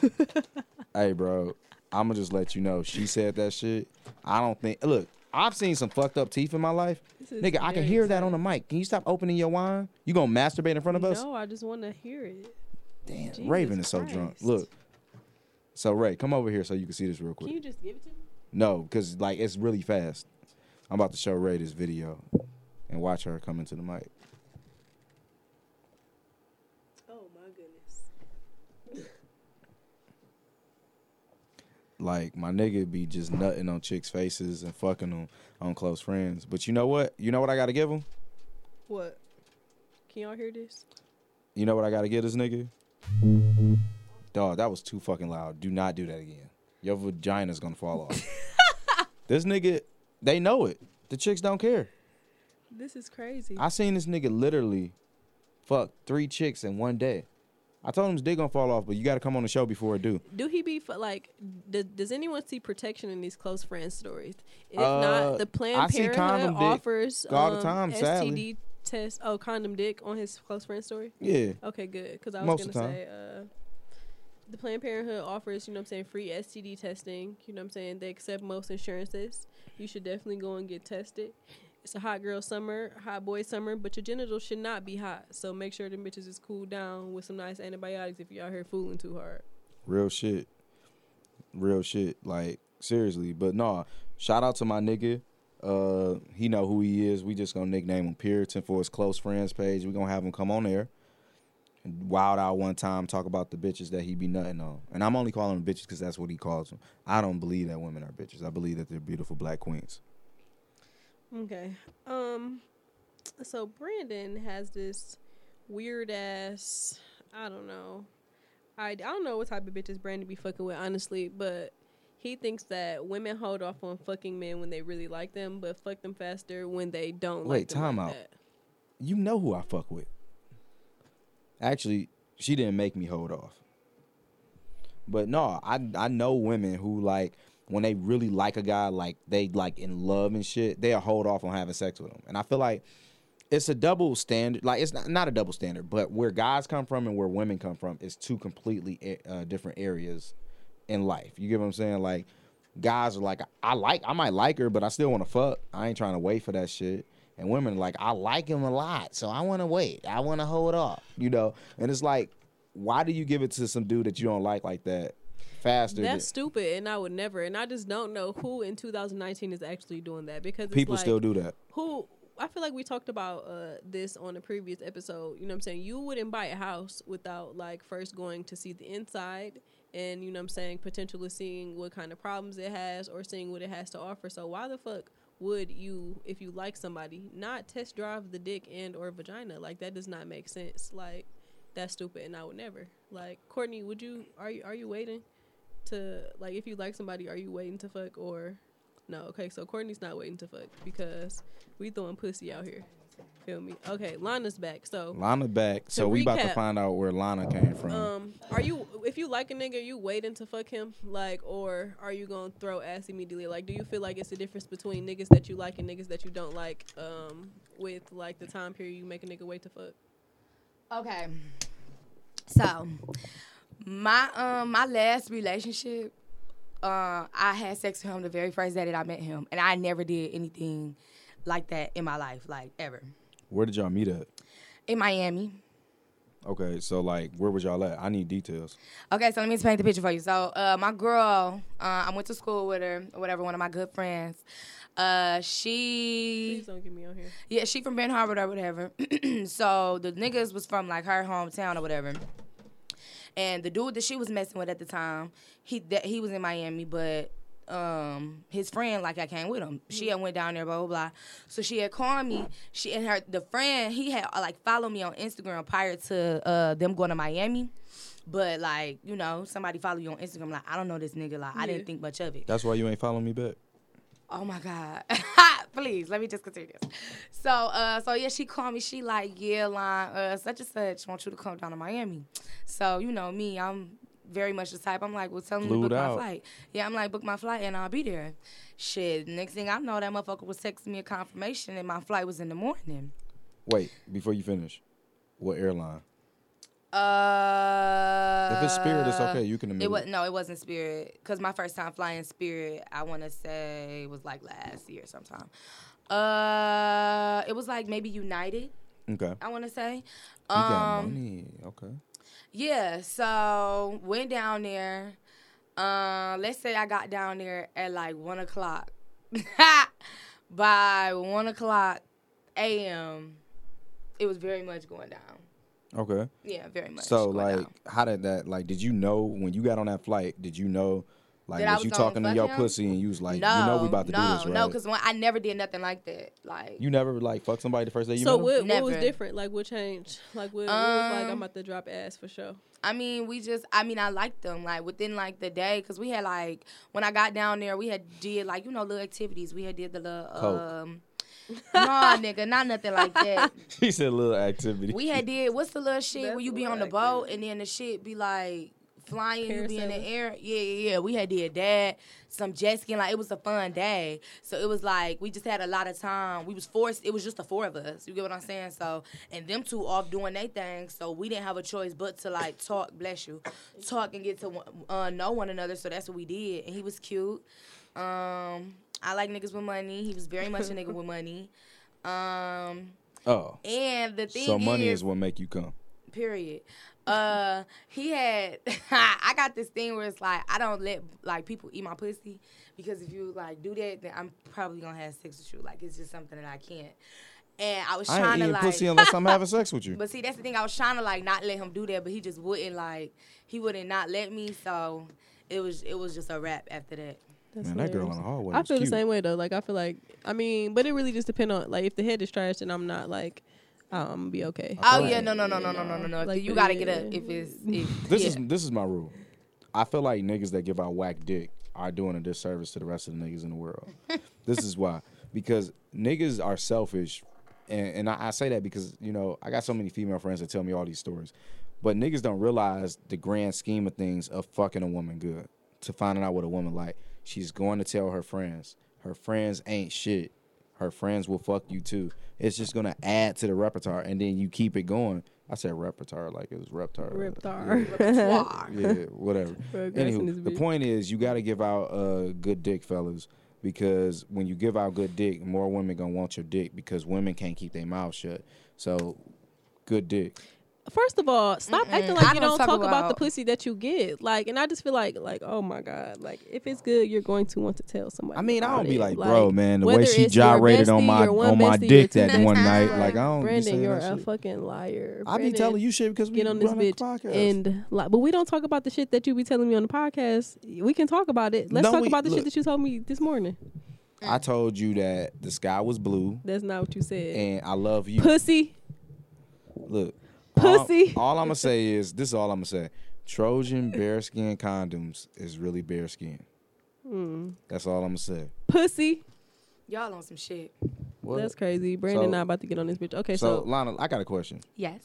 Speaker 1: Hey, bro, I'ma just let you know. She said that shit. I don't think. Look, I've seen some fucked up teeth in my life, nigga. I can hear that on the mic. Can you stop opening your wine? You gonna masturbate in front of us?
Speaker 2: No, I just want to hear it.
Speaker 1: Damn,
Speaker 2: Jesus
Speaker 1: Raven is so drunk.
Speaker 2: Christ.
Speaker 1: Look. So Ray, come over here so you can see this real
Speaker 2: Can
Speaker 1: quick.
Speaker 2: you just give it to me?
Speaker 1: no, because like it's really fast. I'm about to show Ray this video and watch her come into the mic.
Speaker 2: Oh my goodness.
Speaker 1: Like my nigga be just nutting on chicks' faces and fucking them on close friends. But you know what? You know what I gotta give him?
Speaker 2: What? Can y'all hear this?
Speaker 1: You know what I gotta give this nigga? Dog, that was too fucking loud. Do not do that again. Your vagina's gonna fall off.
Speaker 2: [LAUGHS]
Speaker 1: this nigga, they know it. The chicks don't care.
Speaker 2: This is crazy.
Speaker 1: I seen this nigga literally fuck three chicks in one day. I told him his dick gonna fall off, but you gotta come on the show before it do.
Speaker 2: Do he be fu- like? Do, does anyone see protection in these close friend stories? If
Speaker 1: Uh,
Speaker 2: not, the
Speaker 1: I
Speaker 2: Planned
Speaker 1: see condom
Speaker 2: Parenthood
Speaker 1: dick
Speaker 2: offers
Speaker 1: all the
Speaker 2: um,
Speaker 1: time,
Speaker 2: STD
Speaker 1: sadly.
Speaker 2: test. Oh, condom dick on his close friend story.
Speaker 1: Yeah.
Speaker 2: Okay, good. Because I was
Speaker 1: Most of
Speaker 2: gonna
Speaker 1: the
Speaker 2: say, uh, the Planned Parenthood offers, you know, what I'm saying, free STD testing. You know, what I'm saying they accept most insurances. You should definitely go and get tested. It's a hot girl summer, hot boy summer, but your genitals should not be hot. So make sure them bitches is cooled down with some nice antibiotics if you're out here fooling too hard.
Speaker 1: Real shit. Real shit. Like, seriously. But nah, shout out to my nigga. Uh he know who he is. We just gonna nickname him Puritan for his close friends page. We gonna have him come on there. And wild out one time, talk about the bitches that he be nutting on. And I'm only calling them bitches because that's what he calls them. I don't believe that women are bitches. I believe that they're beautiful black queens.
Speaker 2: Okay. Um. So Brandon has this weird ass. I don't know. I, I don't know what type of bitches Brandon be fucking with, honestly, but he thinks that women hold off on fucking men when they really like them, but fuck them faster when they don't
Speaker 1: Wait,
Speaker 2: like them.
Speaker 1: time
Speaker 2: like
Speaker 1: out.
Speaker 2: that.
Speaker 1: you know who I fuck with. Actually, she didn't make me hold off. But no, I I know women who like when they really like a guy, like they like in love and shit, they'll hold off on having sex with him. And I feel like it's a double standard. Like it's not, not a double standard, but where guys come from and where eh, women come from is two completely uh, different areas in life. You get what I'm saying? Like guys are like, I like, I might like her, but I still want to fuck. I ain't trying to wait for that shit. And women are like, I like him a lot, so I want to wait. I want to hold off, you know. And it's like, why do you give it to some dude that you don't like like that faster? than-
Speaker 2: That's stupid, and I would never. And I just don't know who in 2019 is actually doing that because it's
Speaker 1: People
Speaker 2: like,
Speaker 1: still do that.
Speaker 2: who I feel like we talked about uh, this on a previous episode. You know what I'm saying? You wouldn't buy a house without like first going to see the inside and you know what I'm saying, potentially seeing what kind of problems it has or seeing what it has to offer. So why the fuck would you if you like somebody not test drive the dick and or vagina? Like that does not make sense. Like that's stupid and I would never. Like Courtney, would you are you are you waiting to like if you like somebody, are you waiting to fuck or no, okay, so Courtney's not waiting to fuck because we throwing pussy out here. Feel me? Okay, Lana's back. So,
Speaker 1: Lana back, so we about to
Speaker 2: recap-
Speaker 1: find out where Lana came from.
Speaker 2: um, are you if you like a nigga, you waiting to fuck him, like, or are you gonna throw ass immediately? Like, do you feel like it's a difference between niggas that you like and niggas that you don't like? Um, with like the time period you make a nigga wait to fuck.
Speaker 3: Okay. So my um my last relationship, uh, I had sex with him the very first day that I met him, and I never did anything like that in my life, like ever.
Speaker 1: where did y'all meet at?
Speaker 3: In Miami.
Speaker 1: Okay, so like, where was y'all at? I need details.
Speaker 3: Okay, so let me paint the picture for you. So uh, my girl, uh, I went to school with her, or whatever, one of my good friends. Uh, she
Speaker 2: Please don't get me on here.
Speaker 3: Yeah, she from Ben Harbor or whatever. [CLEARS THROAT] so the niggas was from like her hometown or whatever. And the dude that she was messing with at the time, he that he was in Miami, but um his friend like I came with him. She had went down there, blah blah blah. So she had called me. She and her the friend he had uh, like followed me on Instagram prior to uh them going to Miami. But like you know, somebody follow you on Instagram. Like I don't know this nigga. Like I
Speaker 2: Yeah.
Speaker 3: didn't think much of it.
Speaker 1: That's why you ain't following me back.
Speaker 3: Oh my God. [LAUGHS] Please, let me just continue this. So, uh, so yeah, she called me. She like, yeah, line, uh, such and such want you to come down to Miami. So, you know, me, I'm very much the type. I'm like, well, tell me to
Speaker 1: Flued
Speaker 3: book
Speaker 1: out.
Speaker 3: my flight. Yeah, I'm like, book my flight and I'll be there. Shit, next thing I know, that motherfucker was texting me a confirmation and my flight was in the morning.
Speaker 1: Wait, before you finish, what airline?
Speaker 3: Uh,
Speaker 1: If it's Spirit, it's okay. You can admit
Speaker 3: It
Speaker 1: it.
Speaker 3: was no, it wasn't Spirit. Cause my first time flying Spirit, I want to say was like last year sometime. Uh, it was like maybe United.
Speaker 1: Okay.
Speaker 3: I want to say.
Speaker 1: You got
Speaker 3: Um,
Speaker 1: money. Okay.
Speaker 3: yeah. So went down there. Uh, let's say I got down there at like one o'clock. [LAUGHS] By one o'clock a.m., it was very much going down.
Speaker 1: Okay.
Speaker 3: Yeah, very much.
Speaker 1: So
Speaker 3: going
Speaker 1: like,
Speaker 3: down.
Speaker 1: how did that? Like, did you know when you got on that flight? Did you know? Like,
Speaker 3: That I
Speaker 1: was, you
Speaker 3: was gonna
Speaker 1: talking to
Speaker 3: fuck
Speaker 1: your
Speaker 3: him?
Speaker 1: pussy and you was like, you know we about to
Speaker 3: no,
Speaker 1: do this, right?
Speaker 3: No, because I never did nothing like that. Like,
Speaker 1: you never like fuck somebody the first day you met
Speaker 2: so
Speaker 1: 'em? [LAUGHS]
Speaker 2: what, what was
Speaker 3: Never.
Speaker 2: different? Like what changed? Like what, what was like
Speaker 3: Um,
Speaker 2: I'm about to drop ass for sure.
Speaker 3: I mean, we just, I mean, I liked them. Like within like the day, because we had like when I got down there, we had did like you know little activities. We had did the little.
Speaker 1: Coke.
Speaker 3: um [LAUGHS] Nah, nigga, not nothing like that.
Speaker 1: She said a little activity.
Speaker 3: We had did what's the little shit where
Speaker 2: That's
Speaker 3: you be
Speaker 2: what
Speaker 3: on the
Speaker 2: I
Speaker 3: boat
Speaker 2: did.
Speaker 3: and then the shit be like flying, you be in the
Speaker 2: Parasailing.
Speaker 3: air. Yeah, yeah, yeah. We had did that, some jet skiing. Like it was a fun day. So it was like we just had a lot of time. We was forced. It was just the four of us. You get what I'm saying? So and them two off doing their thing. So we didn't have a choice but to like talk. Bless you, talk and get to one- uh, know one another. So that's what we did. And he was cute. Um, I like niggas with money. He was very much a nigga with money. Um,
Speaker 1: [LAUGHS] oh,
Speaker 3: and the thing
Speaker 1: so money is
Speaker 3: is
Speaker 1: what make you come.
Speaker 3: period. Uh, he had. [LAUGHS] I got this thing where it's like I don't let like people eat my pussy because if you like do that, then I'm probably gonna have sex with you. Like it's just something that I can't. And I was
Speaker 1: I ain't
Speaker 3: trying to
Speaker 1: eating
Speaker 3: like.
Speaker 1: pussy unless I'm
Speaker 3: [LAUGHS]
Speaker 1: having sex with you.
Speaker 3: But see, that's the thing. I was trying to like not let him do that, but he just wouldn't like. He wouldn't not let me. So it was it was just a wrap after that.
Speaker 2: That's
Speaker 1: Man, that girl
Speaker 2: hilarious.
Speaker 1: in the hallway.
Speaker 2: I
Speaker 1: was
Speaker 2: feel
Speaker 1: cute.
Speaker 2: the same way though. Like I feel like I mean, but it really just depends on like if the head is trash, then I'm not like um be okay.
Speaker 1: I
Speaker 3: Oh
Speaker 1: feel
Speaker 3: yeah,
Speaker 1: like-
Speaker 3: no no no no no no no no.
Speaker 2: Like,
Speaker 3: you
Speaker 2: but
Speaker 3: gotta
Speaker 2: yeah.
Speaker 3: get up if it's if
Speaker 1: This
Speaker 3: yeah.
Speaker 1: is this is my rule. I feel like niggas that give out whack dick are doing a disservice to the rest of the niggas in the world. this is why. Because niggas are selfish. And, and I, I say that because, you know, I got so many female friends that tell me all these stories. But niggas don't realize the grand scheme of things of fucking a woman good. To finding out what a woman like. She's going to tell her friends. Her friends ain't shit. Her friends will fuck you too. It's just gonna add to the repertoire and then you keep it going. I said repertoire like it was reptar.
Speaker 2: Riptar.
Speaker 1: Yeah, yeah, whatever. Anywho, the point is, you got to give out uh, good dick, fellas, because when you give out good dick, more women gonna want your dick because women can't keep their mouth shut. So, good dick.
Speaker 2: [LAUGHS] First of all, stop acting
Speaker 3: Mm-mm.
Speaker 2: like
Speaker 3: I
Speaker 2: you
Speaker 3: don't
Speaker 2: don't
Speaker 3: talk
Speaker 2: talk about, the
Speaker 3: about-
Speaker 2: pussy that you get. Like, and I just feel like, like, oh my god, like if it's good, you're going to want to tell somebody.
Speaker 1: I mean, I
Speaker 2: about
Speaker 1: don't be
Speaker 2: it.
Speaker 1: like, bro, man, the way
Speaker 2: whether
Speaker 1: she
Speaker 2: it's your
Speaker 1: gyrated on
Speaker 2: bestie,
Speaker 1: my
Speaker 2: your one
Speaker 1: on my
Speaker 2: bestie, your
Speaker 1: dick [LAUGHS]
Speaker 2: two
Speaker 1: that one
Speaker 3: besties,
Speaker 1: night,
Speaker 3: like,
Speaker 1: like I don't. be
Speaker 2: Brandon,
Speaker 1: saying
Speaker 2: you're
Speaker 1: that
Speaker 2: a
Speaker 1: shit.
Speaker 2: fucking liar.
Speaker 1: I be
Speaker 2: Brandon,
Speaker 1: telling you shit because we
Speaker 2: get on this
Speaker 1: run a
Speaker 2: bitch
Speaker 1: podcast.
Speaker 2: and like, but we don't talk about the shit that you be telling me on the podcast. We can talk about it. Let's
Speaker 1: No,
Speaker 2: talk
Speaker 1: we-
Speaker 2: about the
Speaker 1: look.
Speaker 2: shit that you told me this morning.
Speaker 1: I told you that the sky was blue,
Speaker 2: That's not what you said.
Speaker 1: and I love you.
Speaker 2: Pussy.
Speaker 1: Look,
Speaker 2: Pussy.
Speaker 1: All, all I'm gonna say is this. Is all I'm gonna say. Trojan bearskin condoms is really bearskin.
Speaker 3: Hmm.
Speaker 1: That's all I'm gonna say.
Speaker 2: Pussy.
Speaker 3: Y'all on some shit.
Speaker 1: What?
Speaker 2: That's crazy. Brandon
Speaker 1: So-
Speaker 2: not about to get on this bitch. Okay,
Speaker 1: so,
Speaker 2: so,
Speaker 1: Lana, I got a question.
Speaker 3: Yes.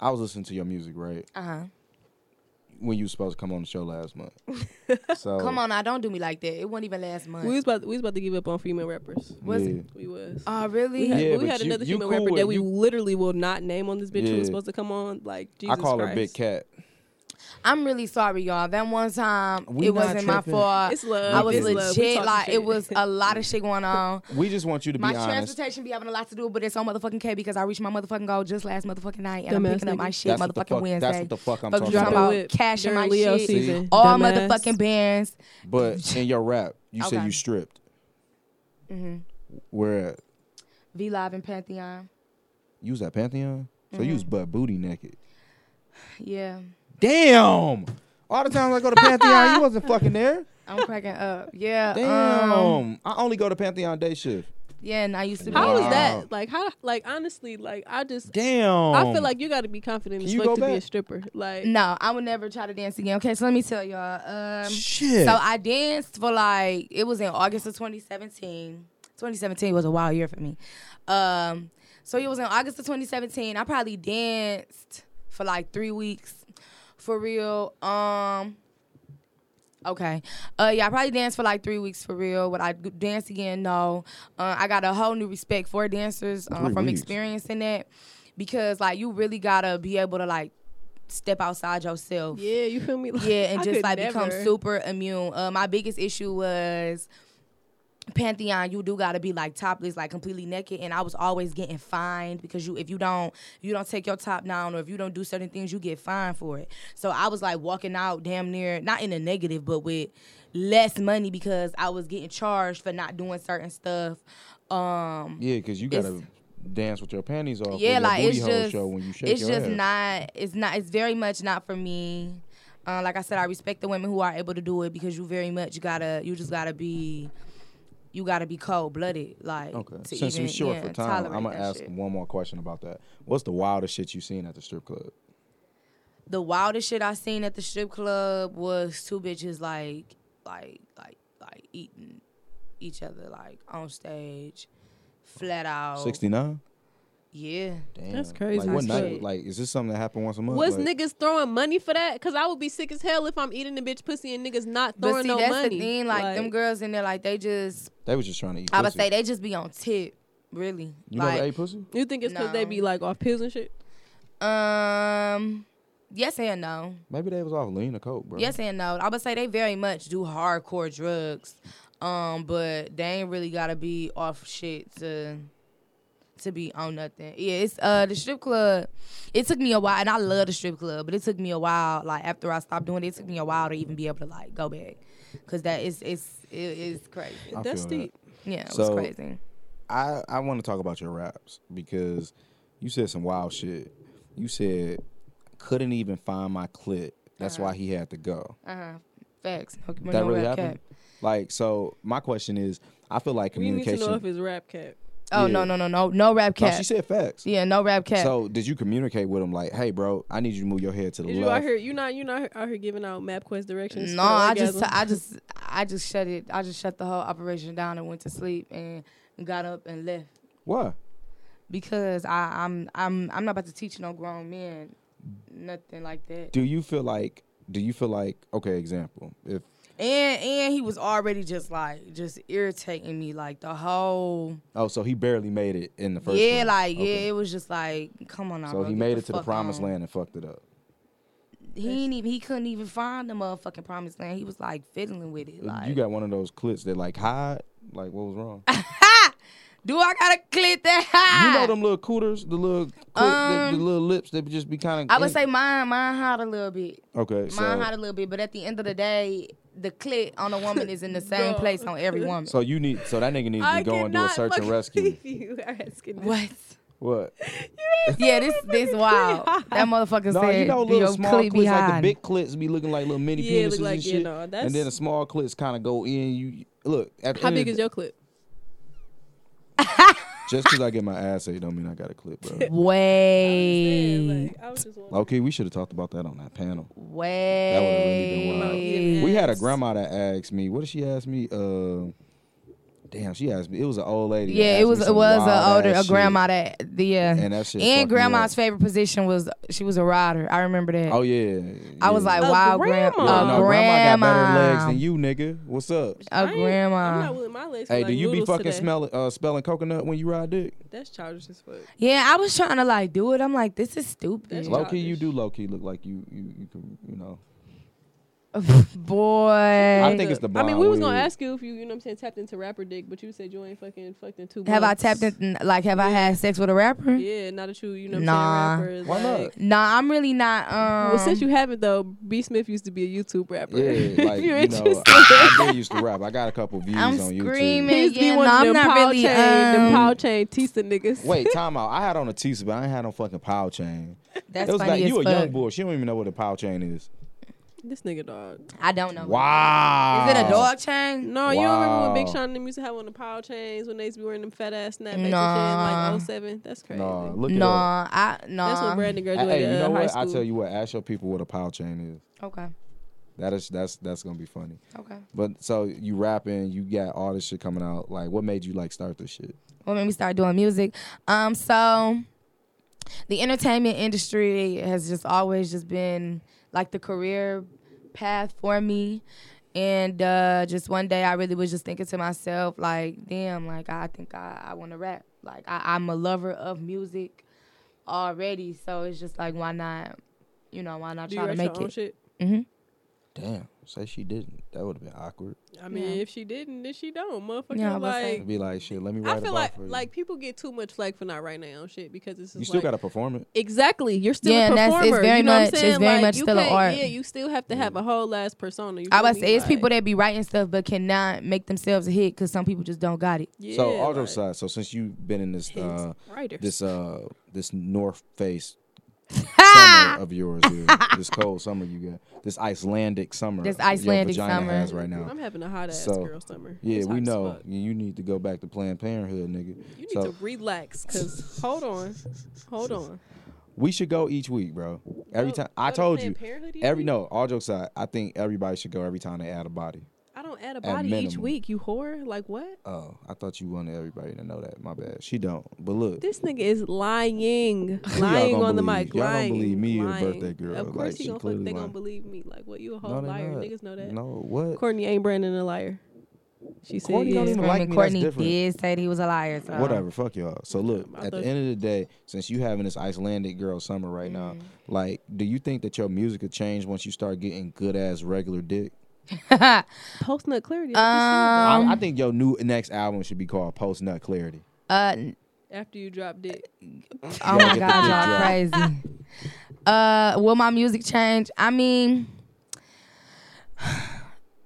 Speaker 1: I was listening to your music right
Speaker 3: Uh huh.
Speaker 1: when you were supposed to come on the show last
Speaker 3: [LAUGHS]
Speaker 1: month. So
Speaker 3: Come on, now don't do me like that. It wasn't even last month.
Speaker 2: we was about we was about to give up on female rappers.
Speaker 3: was-
Speaker 1: yeah.
Speaker 2: We was.
Speaker 3: oh,
Speaker 2: We
Speaker 3: really?
Speaker 2: had,
Speaker 1: Yeah,
Speaker 2: we
Speaker 1: but
Speaker 2: had
Speaker 1: you-
Speaker 2: another
Speaker 1: you
Speaker 2: female
Speaker 1: cool
Speaker 2: rapper
Speaker 1: with-
Speaker 2: that we
Speaker 1: you-
Speaker 2: literally will not name on this bitch who
Speaker 1: Yeah.
Speaker 2: was supposed to come on. Like Jesus
Speaker 1: I call
Speaker 2: Christ.
Speaker 1: her Big Cat.
Speaker 3: I'm really sorry, y'all. That one time,
Speaker 1: We
Speaker 3: it
Speaker 1: not
Speaker 3: wasn't my
Speaker 1: tripping.
Speaker 3: fault.
Speaker 2: It's love.
Speaker 3: I was
Speaker 2: It's love. We
Speaker 3: legit.
Speaker 2: talking
Speaker 3: Like,
Speaker 2: shit.
Speaker 3: it
Speaker 2: [LAUGHS]
Speaker 3: was a lot of
Speaker 1: [LAUGHS]
Speaker 3: shit going on.
Speaker 1: We just want you to be
Speaker 3: My
Speaker 1: honest.
Speaker 3: transportation be having a lot to do, but it's on motherfucking K because I reached my motherfucking goal just last motherfucking night, and I'm
Speaker 2: Dumbass
Speaker 3: picking up my
Speaker 2: nigga.
Speaker 3: shit
Speaker 1: what the
Speaker 3: motherfucking
Speaker 1: fuck,
Speaker 3: Wednesday.
Speaker 1: That's what the fuck I'm
Speaker 3: Fuck
Speaker 1: talking
Speaker 3: you talking
Speaker 2: Drop
Speaker 1: about.
Speaker 2: a whip
Speaker 3: cash in
Speaker 2: during
Speaker 3: my
Speaker 2: Leo
Speaker 3: shit.
Speaker 2: season.
Speaker 3: All
Speaker 2: Dumbass.
Speaker 3: motherfucking bands.
Speaker 1: But in your rap, you said
Speaker 3: Okay.
Speaker 1: you stripped. Where at?
Speaker 3: Mm-hmm. V Live and Pantheon.
Speaker 1: You was at Pantheon? So you was
Speaker 3: Mm-hmm.
Speaker 1: butt booty naked.
Speaker 3: Yeah.
Speaker 1: Damn! All the times I go to Pantheon,
Speaker 3: [LAUGHS]
Speaker 1: you wasn't fucking there.
Speaker 3: I'm cracking up. Yeah.
Speaker 1: Damn!
Speaker 3: um,
Speaker 1: I only go to Pantheon day shift.
Speaker 3: yeah, and I used to be. um,
Speaker 2: How is
Speaker 1: Wow.
Speaker 2: that? Like how like honestly, like I just
Speaker 1: Damn!
Speaker 2: I feel like you got to be confident
Speaker 1: Can
Speaker 2: as
Speaker 1: you
Speaker 2: fuck
Speaker 1: go
Speaker 2: to be a
Speaker 1: back?
Speaker 2: stripper. Like
Speaker 3: No, I would never try to dance again. Okay, so let me tell y'all. Um,
Speaker 1: shit.
Speaker 3: So I danced for like it was in August of 2017. 2017 was a wild year for me. Um, so it was in August of 2017. I probably danced for like three weeks, for real. Um, okay, uh, yeah, I probably danced for like three weeks for real. Would I g- dance again? No. Uh, I got a whole new respect for dancers uh,
Speaker 1: Three
Speaker 3: from
Speaker 1: weeks.
Speaker 3: experiencing that because like you really gotta be able to like step outside yourself
Speaker 2: yeah, you feel me? [LAUGHS] Like,
Speaker 3: yeah, and
Speaker 2: I
Speaker 3: just
Speaker 2: could
Speaker 3: like become
Speaker 2: never.
Speaker 3: super immune. Uh, my biggest issue was Pantheon. You do gotta be like topless, like completely naked, and I was always getting fined because you if you don't you don't take your top down or if you don't do certain things, you get fined for it. So I was like walking out damn near not in a negative, but with less money because I was getting charged for not doing certain stuff. Um,
Speaker 1: yeah, because you gotta dance with your panties off.
Speaker 3: yeah,
Speaker 1: on your
Speaker 3: like
Speaker 1: booty
Speaker 3: it's
Speaker 1: hole
Speaker 3: just
Speaker 1: show when you shake
Speaker 3: it's
Speaker 1: your
Speaker 3: just
Speaker 1: ass.
Speaker 3: not it's not it's very much not for me. Uh, like I said, I respect the women who are able to do it because you very much gotta you just gotta be you gotta be cold blooded like
Speaker 1: Okay.
Speaker 3: to
Speaker 1: Since
Speaker 3: even
Speaker 1: we're short
Speaker 3: yeah,
Speaker 1: for time,
Speaker 3: tolerate
Speaker 1: I'm gonna
Speaker 3: that
Speaker 1: ask
Speaker 3: shit.
Speaker 1: one more question about that. What's the wildest shit you seen at the strip club?
Speaker 3: the wildest shit I seen at the strip club was two bitches like like like like eating each other like on stage, flat out.
Speaker 1: Sixty nine.
Speaker 3: Yeah.
Speaker 1: Damn.
Speaker 2: That's crazy
Speaker 1: Like, what
Speaker 2: as
Speaker 1: night?
Speaker 2: shit.
Speaker 1: Like, is this something that happened once a month?
Speaker 2: Was
Speaker 1: Like,
Speaker 2: niggas throwing money for that? Cause I would be sick as hell if I'm eating the bitch pussy and niggas not throwing
Speaker 3: But see,
Speaker 2: no
Speaker 3: that's
Speaker 2: money.
Speaker 3: the thing. Like, them girls in there, like they just,
Speaker 1: they was just trying to eat.
Speaker 3: I would
Speaker 1: pussy.
Speaker 3: say they just be on tip, really.
Speaker 1: You
Speaker 3: like,
Speaker 1: never ate pussy?
Speaker 2: You think it's cause they
Speaker 3: No.
Speaker 2: be like off pills and shit?
Speaker 3: Um, yes and no.
Speaker 1: Maybe they was off lean or coke, bro.
Speaker 3: Yes and no. I would say they very much do hardcore drugs, um, but they ain't really gotta be off shit to to be on nothing. Yeah, it's uh the strip club. It took me a while, and I love the strip club, but it took me a while. Like after I stopped doing it, it took me a while to even be able to like go back, cause that is it's it is crazy.
Speaker 1: I
Speaker 2: That's
Speaker 1: feel that.
Speaker 2: deep.
Speaker 3: Yeah, it was
Speaker 1: Uh, So-
Speaker 3: crazy.
Speaker 1: I, I want to talk about your raps because you said some wild shit. You said couldn't even find my clit. That's why he had to go.
Speaker 3: Uh huh. Facts. No,
Speaker 1: that really happened. Like so, my question is, I feel like
Speaker 2: We need to
Speaker 1: communication.
Speaker 2: know if it's rap cap.
Speaker 3: Oh
Speaker 1: Yeah.
Speaker 3: no no no no no rap
Speaker 1: no,
Speaker 3: cap.
Speaker 1: she said facts.
Speaker 3: yeah, no rap cap.
Speaker 1: So did you communicate with him like, hey, bro, I need you to move your head to the
Speaker 2: Is you out
Speaker 1: left?
Speaker 2: here? You not you not out here giving out MapQuest directions?
Speaker 3: No,
Speaker 2: for
Speaker 3: I just,
Speaker 2: orgasm?
Speaker 3: I just, I just shut it. I just shut the whole operation down and went to sleep and got up and left
Speaker 1: Why?
Speaker 3: because I, I'm, I'm, I'm not about to teach no grown men nothing like that.
Speaker 1: Do you feel like? Do you feel like? Okay, example. If
Speaker 4: And and he was already just like just irritating me like the whole
Speaker 1: Oh, so he barely made it in the first.
Speaker 4: yeah
Speaker 1: one.
Speaker 4: like
Speaker 1: Okay.
Speaker 4: yeah it was just like come on now.
Speaker 1: So
Speaker 4: bro,
Speaker 1: he
Speaker 4: get
Speaker 1: made it to the
Speaker 4: fuck
Speaker 1: promised
Speaker 4: on.
Speaker 1: land and fucked it up.
Speaker 3: He ain't even. He couldn't even find the motherfucking promised land. He was like fiddling with it. Like,
Speaker 1: you got one of those clips that like hide. Like what was wrong?
Speaker 3: do I gotta click that high?
Speaker 1: you know them little cooters, the little clip, the- the,
Speaker 3: Um,
Speaker 1: little lips that just be kind of.
Speaker 3: I would say mine. Mine hot a little bit.
Speaker 1: okay.
Speaker 3: Mine hot
Speaker 1: So,
Speaker 3: a little bit. But at the end of the day, the clit on a woman is in
Speaker 2: [LAUGHS]
Speaker 3: the same place on every woman.
Speaker 1: so you need so that nigga needs to go and do a search
Speaker 2: [LAUGHS]
Speaker 1: and rescue.
Speaker 2: you are asking this.
Speaker 3: what? [LAUGHS]
Speaker 1: What?
Speaker 3: Yeah, this this
Speaker 2: [LAUGHS]
Speaker 3: wild. That motherfucker
Speaker 1: No,
Speaker 3: said
Speaker 1: you know
Speaker 3: your
Speaker 1: little small
Speaker 3: clit
Speaker 1: clits
Speaker 3: be
Speaker 1: like the
Speaker 3: hiding."
Speaker 1: big clits be looking like little mini
Speaker 2: Yeah, it
Speaker 1: penises
Speaker 2: look like-
Speaker 1: and
Speaker 2: yeah,
Speaker 1: shit,
Speaker 2: no,
Speaker 1: and
Speaker 2: that's-
Speaker 1: then the small clits kind of go in. You look. At the
Speaker 2: How
Speaker 1: end
Speaker 2: big
Speaker 1: of
Speaker 2: is
Speaker 1: the-
Speaker 2: your clip?
Speaker 1: Just because I get my ass ate don't mean I got a clip,
Speaker 3: [LAUGHS]
Speaker 1: bro.
Speaker 3: Way,
Speaker 2: I was just wondering.
Speaker 1: Okay, we should have talked about that on that panel.
Speaker 3: way.
Speaker 1: would've
Speaker 2: really been wild.
Speaker 1: We had a grandma that asked me, what did she ask me? Uh, damn, she asked me. It was an old lady. that
Speaker 3: Yeah,
Speaker 1: asked me
Speaker 3: it was it
Speaker 1: some
Speaker 3: was a
Speaker 1: wild
Speaker 3: older
Speaker 1: ass
Speaker 3: a
Speaker 1: shit,
Speaker 3: grandma that the yeah.
Speaker 1: And that shit. fucked me
Speaker 3: And grandma's
Speaker 1: up.
Speaker 3: favorite position was she was a rider. I remember that.
Speaker 1: Oh yeah.
Speaker 3: I was
Speaker 1: yeah.
Speaker 3: like,
Speaker 2: A
Speaker 3: wow,
Speaker 2: grandma.
Speaker 3: grandma.
Speaker 1: Yeah,
Speaker 3: A
Speaker 1: no, grandma got better legs
Speaker 3: grandma.
Speaker 1: than you, nigga. What's up?
Speaker 2: I
Speaker 3: A
Speaker 2: ain't- I'm not
Speaker 3: grandma.
Speaker 2: willing my legs.
Speaker 1: Hey,
Speaker 2: like
Speaker 1: do you be
Speaker 2: noodles
Speaker 1: fucking
Speaker 2: today.
Speaker 1: smelling, uh, spelling coconut when you ride dick?
Speaker 2: That's childish as fuck.
Speaker 3: Yeah, I was trying to like do it. I'm like, this is stupid.
Speaker 2: That's
Speaker 1: Low key, you
Speaker 2: childish.
Speaker 1: do low key look like you, you, you can, you know.
Speaker 3: Boy.
Speaker 1: I think it's the
Speaker 2: I mean, we was
Speaker 1: blonde
Speaker 2: gonna
Speaker 1: wig.
Speaker 2: ask you if you, you know, what I'm saying, tapped into rapper dick, but you said you ain't fucking fucked in two.
Speaker 3: have I
Speaker 2: months.
Speaker 3: tapped in like have I had sex with a rapper?
Speaker 2: Yeah, not that you, you know, what
Speaker 3: Nah.
Speaker 2: I'm saying, rapper.
Speaker 1: Why not?
Speaker 2: like-
Speaker 3: Nah, I'm really not um
Speaker 2: well, since you haven't though, B Smith used to be a YouTube rapper.
Speaker 1: [LAUGHS]
Speaker 2: [LAUGHS]
Speaker 1: Yeah, like
Speaker 2: if
Speaker 1: you
Speaker 2: you're
Speaker 1: know,
Speaker 2: interested,
Speaker 1: I, I did used to rap. I got a couple views
Speaker 3: I'm
Speaker 1: on
Speaker 3: screaming.
Speaker 1: YouTube.
Speaker 2: he used to be
Speaker 3: Yeah,
Speaker 2: one
Speaker 3: no,
Speaker 2: of them
Speaker 3: I'm not
Speaker 2: pow
Speaker 3: really,
Speaker 2: chain, them
Speaker 3: um,
Speaker 2: pow chain Tista niggas.
Speaker 1: Wait, time out. I had on a t but I ain't had no fucking power chain.
Speaker 3: that's
Speaker 1: it was
Speaker 3: funny
Speaker 1: like
Speaker 3: as
Speaker 1: you a
Speaker 3: fuck.
Speaker 1: young boy. She don't even know what a power chain is.
Speaker 2: this nigga dog.
Speaker 3: I don't know.
Speaker 1: Wow.
Speaker 3: Is it a dog chain?
Speaker 2: No, you don't remember when Big
Speaker 1: Wow.
Speaker 2: Sean and them used to have on the power chains when they used to be wearing them fat ass snapbacks
Speaker 3: Nah.
Speaker 2: and shit in like 07? That's crazy.
Speaker 1: No, look it up.
Speaker 3: Nah, I nah.
Speaker 2: That's when Brandon
Speaker 1: Hey,
Speaker 2: graduated
Speaker 1: Hey, you know
Speaker 2: uh, high
Speaker 1: what?
Speaker 2: school.
Speaker 1: I tell you what. Ask your people what a power chain is.
Speaker 3: Okay.
Speaker 1: That is that's that's gonna be funny.
Speaker 3: Okay.
Speaker 1: But so you rapping, you got all this shit coming out. Like, what made you like start this shit?
Speaker 3: what made me start doing music. Um, so the entertainment industry has just always just been like the career path for me. And uh, just one day, I really was just thinking to myself, like, damn, like I think I, I want to rap. Like I, I'm a lover of music already, so it's just like, why not? You know, why not
Speaker 2: Do you
Speaker 3: try to
Speaker 2: write
Speaker 3: make
Speaker 2: your own
Speaker 3: it? Mm-hmm.
Speaker 2: shit?
Speaker 1: Damn. Say she didn't. That would have been awkward.
Speaker 2: I mean,
Speaker 3: Yeah.
Speaker 2: if she didn't, then she don't. Motherfucker,
Speaker 3: Yeah, I was
Speaker 2: like,
Speaker 1: It'd be like, shit. Let me write
Speaker 2: I feel
Speaker 1: about
Speaker 2: like
Speaker 1: for you.
Speaker 2: like people get too much flack for not writing their own shit because it's just
Speaker 1: you still
Speaker 2: like,
Speaker 1: gotta perform it.
Speaker 2: exactly you're still
Speaker 3: Yeah,
Speaker 2: a
Speaker 3: and that's-
Speaker 2: performer.
Speaker 3: it's very
Speaker 2: you know
Speaker 3: much-
Speaker 2: what
Speaker 3: it's
Speaker 2: I'm saying?
Speaker 3: very
Speaker 2: like,
Speaker 3: much
Speaker 2: you
Speaker 3: still a
Speaker 2: can't-
Speaker 3: art.
Speaker 2: Yeah, you still have to have a whole last persona. You
Speaker 3: I
Speaker 2: feel
Speaker 3: was
Speaker 2: me?
Speaker 3: say it's
Speaker 2: Like,
Speaker 3: people that be writing stuff but cannot make themselves a hit because some people just don't got it.
Speaker 2: yeah,
Speaker 1: so all those
Speaker 2: like,
Speaker 1: sides. So since you've been in this
Speaker 2: hate
Speaker 1: uh,
Speaker 2: writers.
Speaker 1: this uh this North Face
Speaker 2: [LAUGHS]
Speaker 1: summer of yours, here, this cold summer you got, this Icelandic summer,
Speaker 3: This
Speaker 1: your
Speaker 3: Icelandic
Speaker 1: vagina
Speaker 3: summer.
Speaker 1: has right now.
Speaker 2: I'm having a hot ass
Speaker 1: So,
Speaker 2: girl summer.
Speaker 1: Yeah,
Speaker 2: It's
Speaker 1: we
Speaker 2: hot as
Speaker 1: know
Speaker 2: fuck.
Speaker 1: you you need to go back to Planned Parenthood, nigga.
Speaker 2: You need
Speaker 1: so
Speaker 2: to relax, cause hold on, hold on.
Speaker 1: we should go each week, bro. Every
Speaker 2: Go-
Speaker 1: time I
Speaker 2: go to
Speaker 1: told you,
Speaker 2: Planned Parenthood each
Speaker 1: every
Speaker 2: week?
Speaker 1: no, all jokes aside, I think everybody should go every time they add a body.
Speaker 2: I don't add a body each
Speaker 1: minimum.
Speaker 2: week. You whore. Like what?
Speaker 1: Oh, I thought you wanted everybody to know that. My bad. She don't. But look,
Speaker 2: This nigga is lying,
Speaker 1: [LAUGHS] Y'all
Speaker 2: lying
Speaker 1: gonna
Speaker 2: on the
Speaker 1: believe-
Speaker 2: mic.
Speaker 1: y'all gonna
Speaker 2: lying,
Speaker 1: believe me or
Speaker 2: lying.
Speaker 1: birthday girl.
Speaker 2: Of course,
Speaker 1: Like,
Speaker 2: you
Speaker 1: she
Speaker 2: gonna fuck,
Speaker 1: clearly
Speaker 2: they
Speaker 1: lying.
Speaker 2: gonna believe me. Like, what? You a
Speaker 1: no,
Speaker 2: whole
Speaker 1: they
Speaker 2: liar?
Speaker 1: not.
Speaker 2: Niggas know that.
Speaker 1: No, what?
Speaker 2: Courtney ain't Brandon a liar. She said,
Speaker 1: Courtney
Speaker 2: yeah.
Speaker 1: don't even like me, that's
Speaker 3: Courtney
Speaker 1: different.
Speaker 3: did say that he was a liar. So.
Speaker 1: Whatever, fuck y'all. So look,
Speaker 2: I
Speaker 1: at the
Speaker 2: thought-
Speaker 1: end of the day, since you having this Icelandic girl summer right now,
Speaker 2: Mm-hmm.
Speaker 1: like, do you think that your music will change once you start getting good ass regular dick?
Speaker 2: post nut clarity.
Speaker 3: Um,
Speaker 1: I, I think your new next album should be called Post Nut Clarity.
Speaker 3: Uh, n-
Speaker 2: after you drop dick,
Speaker 3: oh
Speaker 1: gotta get
Speaker 3: my
Speaker 1: the dick
Speaker 3: God, y'all
Speaker 1: drop.
Speaker 3: crazy. Uh, will my music change? I mean,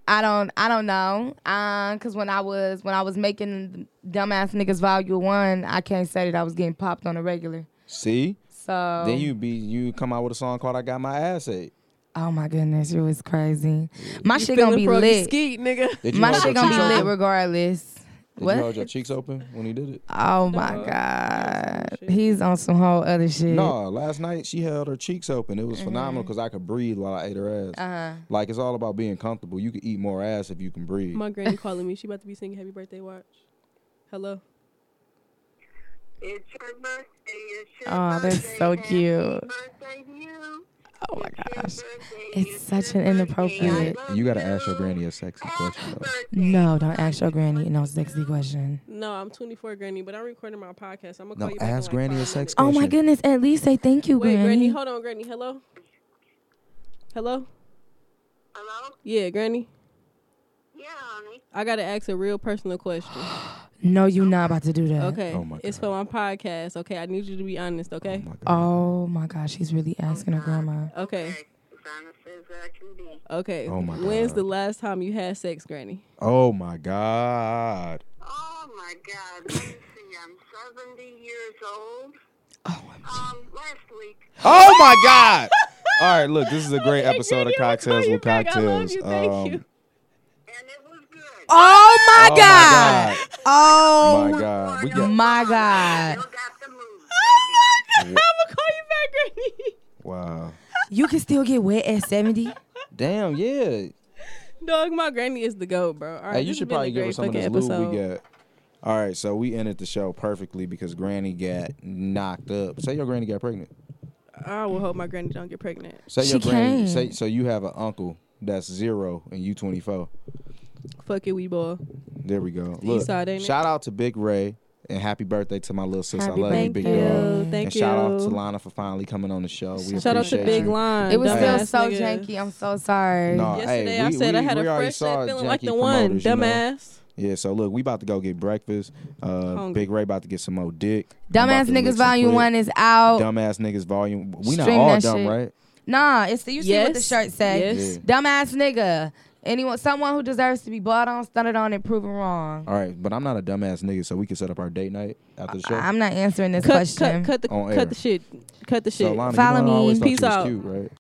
Speaker 3: I don't, I don't know. Um, cause when I was when I was making Dumbass Niggas Volume One, I can't say that I was getting popped on a regular.
Speaker 1: See,
Speaker 3: So
Speaker 1: then you be you come out with a song called "I Got My Ass Ate."
Speaker 3: oh my goodness, you was crazy. My shit
Speaker 2: Feeling
Speaker 3: gonna be
Speaker 2: froggy
Speaker 3: lit.
Speaker 2: Skeet, nigga.
Speaker 1: [LAUGHS] Did you
Speaker 3: My
Speaker 1: hold your
Speaker 3: shit gonna
Speaker 1: cheeks
Speaker 3: be lit
Speaker 1: open?
Speaker 3: regardless.
Speaker 1: Did
Speaker 3: What?
Speaker 1: you hold your cheeks open when he did it?
Speaker 3: Oh my
Speaker 2: No.
Speaker 3: God,
Speaker 2: Shit.
Speaker 3: he's on some whole other shit.
Speaker 1: No, last night she held her cheeks open. It was
Speaker 2: Mm-hmm.
Speaker 1: phenomenal because I could breathe while I ate her ass.
Speaker 3: Uh-huh.
Speaker 1: Like it's all about being comfortable. You can eat more ass if you can breathe.
Speaker 2: My granny calling me. She about to be singing "Happy Birthday." Watch. Hello.
Speaker 5: It's your birthday. It's your
Speaker 3: Oh, that's
Speaker 5: birthday.
Speaker 3: so
Speaker 5: Happy
Speaker 3: cute.
Speaker 5: Birthday to you.
Speaker 3: Oh my gosh. It's such an inappropriate.
Speaker 1: You gotta ask your granny a sexy question. though.
Speaker 3: No, don't ask your granny no sexy question.
Speaker 2: No, I'm 24, Granny, but I'm recording my podcast. I'm gonna
Speaker 1: No,
Speaker 2: call you back in
Speaker 1: ask
Speaker 2: like
Speaker 1: Granny
Speaker 2: five
Speaker 1: a sex
Speaker 2: minutes.
Speaker 3: Oh my
Speaker 1: Question.
Speaker 3: goodness, at least say thank you,
Speaker 2: Wait,
Speaker 3: granny.
Speaker 2: Granny, hold on, Granny. Hello. Hello.
Speaker 5: Hello?
Speaker 2: Yeah, Granny.
Speaker 5: Yeah, honey.
Speaker 2: I gotta ask a real personal question.
Speaker 3: No, you're not about to do that.
Speaker 2: Okay.
Speaker 1: Oh my
Speaker 2: It's for my podcast. Okay. I need you to be honest. Okay.
Speaker 1: Oh my God.
Speaker 3: Oh my gosh, she's really asking her grandma.
Speaker 2: okay.
Speaker 5: As honest as I can be.
Speaker 2: Okay.
Speaker 1: Oh my
Speaker 2: When's
Speaker 1: God.
Speaker 2: the last time you had sex,
Speaker 3: [LAUGHS]
Speaker 2: Granny?
Speaker 1: Oh my God.
Speaker 5: Oh my God. Let me see. I'm 70 years old. Um, last week.
Speaker 1: Oh my God. All right, look, this is a great episode
Speaker 2: Granny,
Speaker 1: of
Speaker 2: I'm gonna call
Speaker 1: Cocktails
Speaker 2: you
Speaker 1: with
Speaker 2: back. I
Speaker 1: Cocktails.
Speaker 2: love you. Thank
Speaker 1: Um,
Speaker 2: you.
Speaker 5: And it was good.
Speaker 3: Oh my
Speaker 1: Oh my
Speaker 3: god.
Speaker 1: God.
Speaker 3: Oh
Speaker 1: My God. We got
Speaker 3: my
Speaker 5: I
Speaker 3: god.
Speaker 5: still got the move.
Speaker 3: Oh,
Speaker 2: I'm gonna call you back, Granny.
Speaker 1: wow.
Speaker 3: You can still get wet at 70.
Speaker 2: Uh,
Speaker 1: Damn, yeah.
Speaker 2: [LAUGHS] Dog, my Granny is the goat, bro. All right.
Speaker 1: Hey, you
Speaker 2: this has
Speaker 1: should
Speaker 2: been
Speaker 1: probably
Speaker 2: a
Speaker 1: give her
Speaker 2: great
Speaker 1: some of this
Speaker 2: fucking
Speaker 1: lube we
Speaker 2: episode.
Speaker 1: got. All right, so we ended the show perfectly because Granny
Speaker 2: [LAUGHS]
Speaker 1: got knocked up. Say your Granny got pregnant.
Speaker 2: I will hope my Granny don't get pregnant.
Speaker 1: Say your
Speaker 3: She
Speaker 1: Granny.
Speaker 3: can.
Speaker 1: Say so you have an uncle that's zero and you twenty four.
Speaker 2: Fuck it, we boy.
Speaker 1: There we go. Look,
Speaker 2: side, ain't it?
Speaker 1: shout out to Big Ray and happy birthday to my little sis.
Speaker 3: Happy
Speaker 1: I love you,
Speaker 2: Thank
Speaker 1: Big
Speaker 2: you.
Speaker 1: Dog.
Speaker 2: Thank
Speaker 1: and
Speaker 2: you.
Speaker 1: shout out to Lana for finally coming on the show. We
Speaker 3: Shout
Speaker 2: Shout out to
Speaker 1: appreciate
Speaker 2: Big
Speaker 1: you.
Speaker 2: Line.
Speaker 3: It was
Speaker 2: dumbass
Speaker 3: still so
Speaker 2: nigga.
Speaker 3: janky. I'm so sorry.
Speaker 1: No,
Speaker 2: Yesterday
Speaker 1: hey,
Speaker 2: I
Speaker 1: we-
Speaker 2: said I
Speaker 1: we-
Speaker 2: had
Speaker 1: we
Speaker 2: a
Speaker 1: already
Speaker 2: fresh
Speaker 1: saw
Speaker 2: set feeling like
Speaker 1: janky
Speaker 2: the one,
Speaker 1: promoters, you know.
Speaker 2: dumbass.
Speaker 1: Yeah, so look, we about to go get breakfast. Uh,
Speaker 2: Hungry.
Speaker 1: Big Ray about to get some more dick. I'm about
Speaker 3: Dumbass
Speaker 1: to lick
Speaker 3: Niggas
Speaker 1: some
Speaker 3: Volume
Speaker 1: clit.
Speaker 3: 1 is out.
Speaker 1: Dumbass niggas volume. We not
Speaker 3: Stream
Speaker 1: all
Speaker 3: that
Speaker 1: dumb,
Speaker 3: shit.
Speaker 1: right?
Speaker 3: Nah, it's you see what the
Speaker 2: Yes.
Speaker 3: shirt say.
Speaker 2: Yes.
Speaker 3: Dumbass nigga. Anyone someone who deserves to be bought on, stunted on, and proven wrong.
Speaker 1: All right, but I'm not a dumbass nigga, so we can set up our date night after the show.
Speaker 3: I'm not answering this
Speaker 2: Cut,
Speaker 3: question.
Speaker 2: cut, cut the
Speaker 1: On air.
Speaker 2: cut the shit. Cut the shit.
Speaker 1: so Lana,
Speaker 3: Follow
Speaker 1: you know, I
Speaker 3: me.
Speaker 1: always thought you
Speaker 2: Peace
Speaker 1: was
Speaker 2: out.
Speaker 1: Cute, right?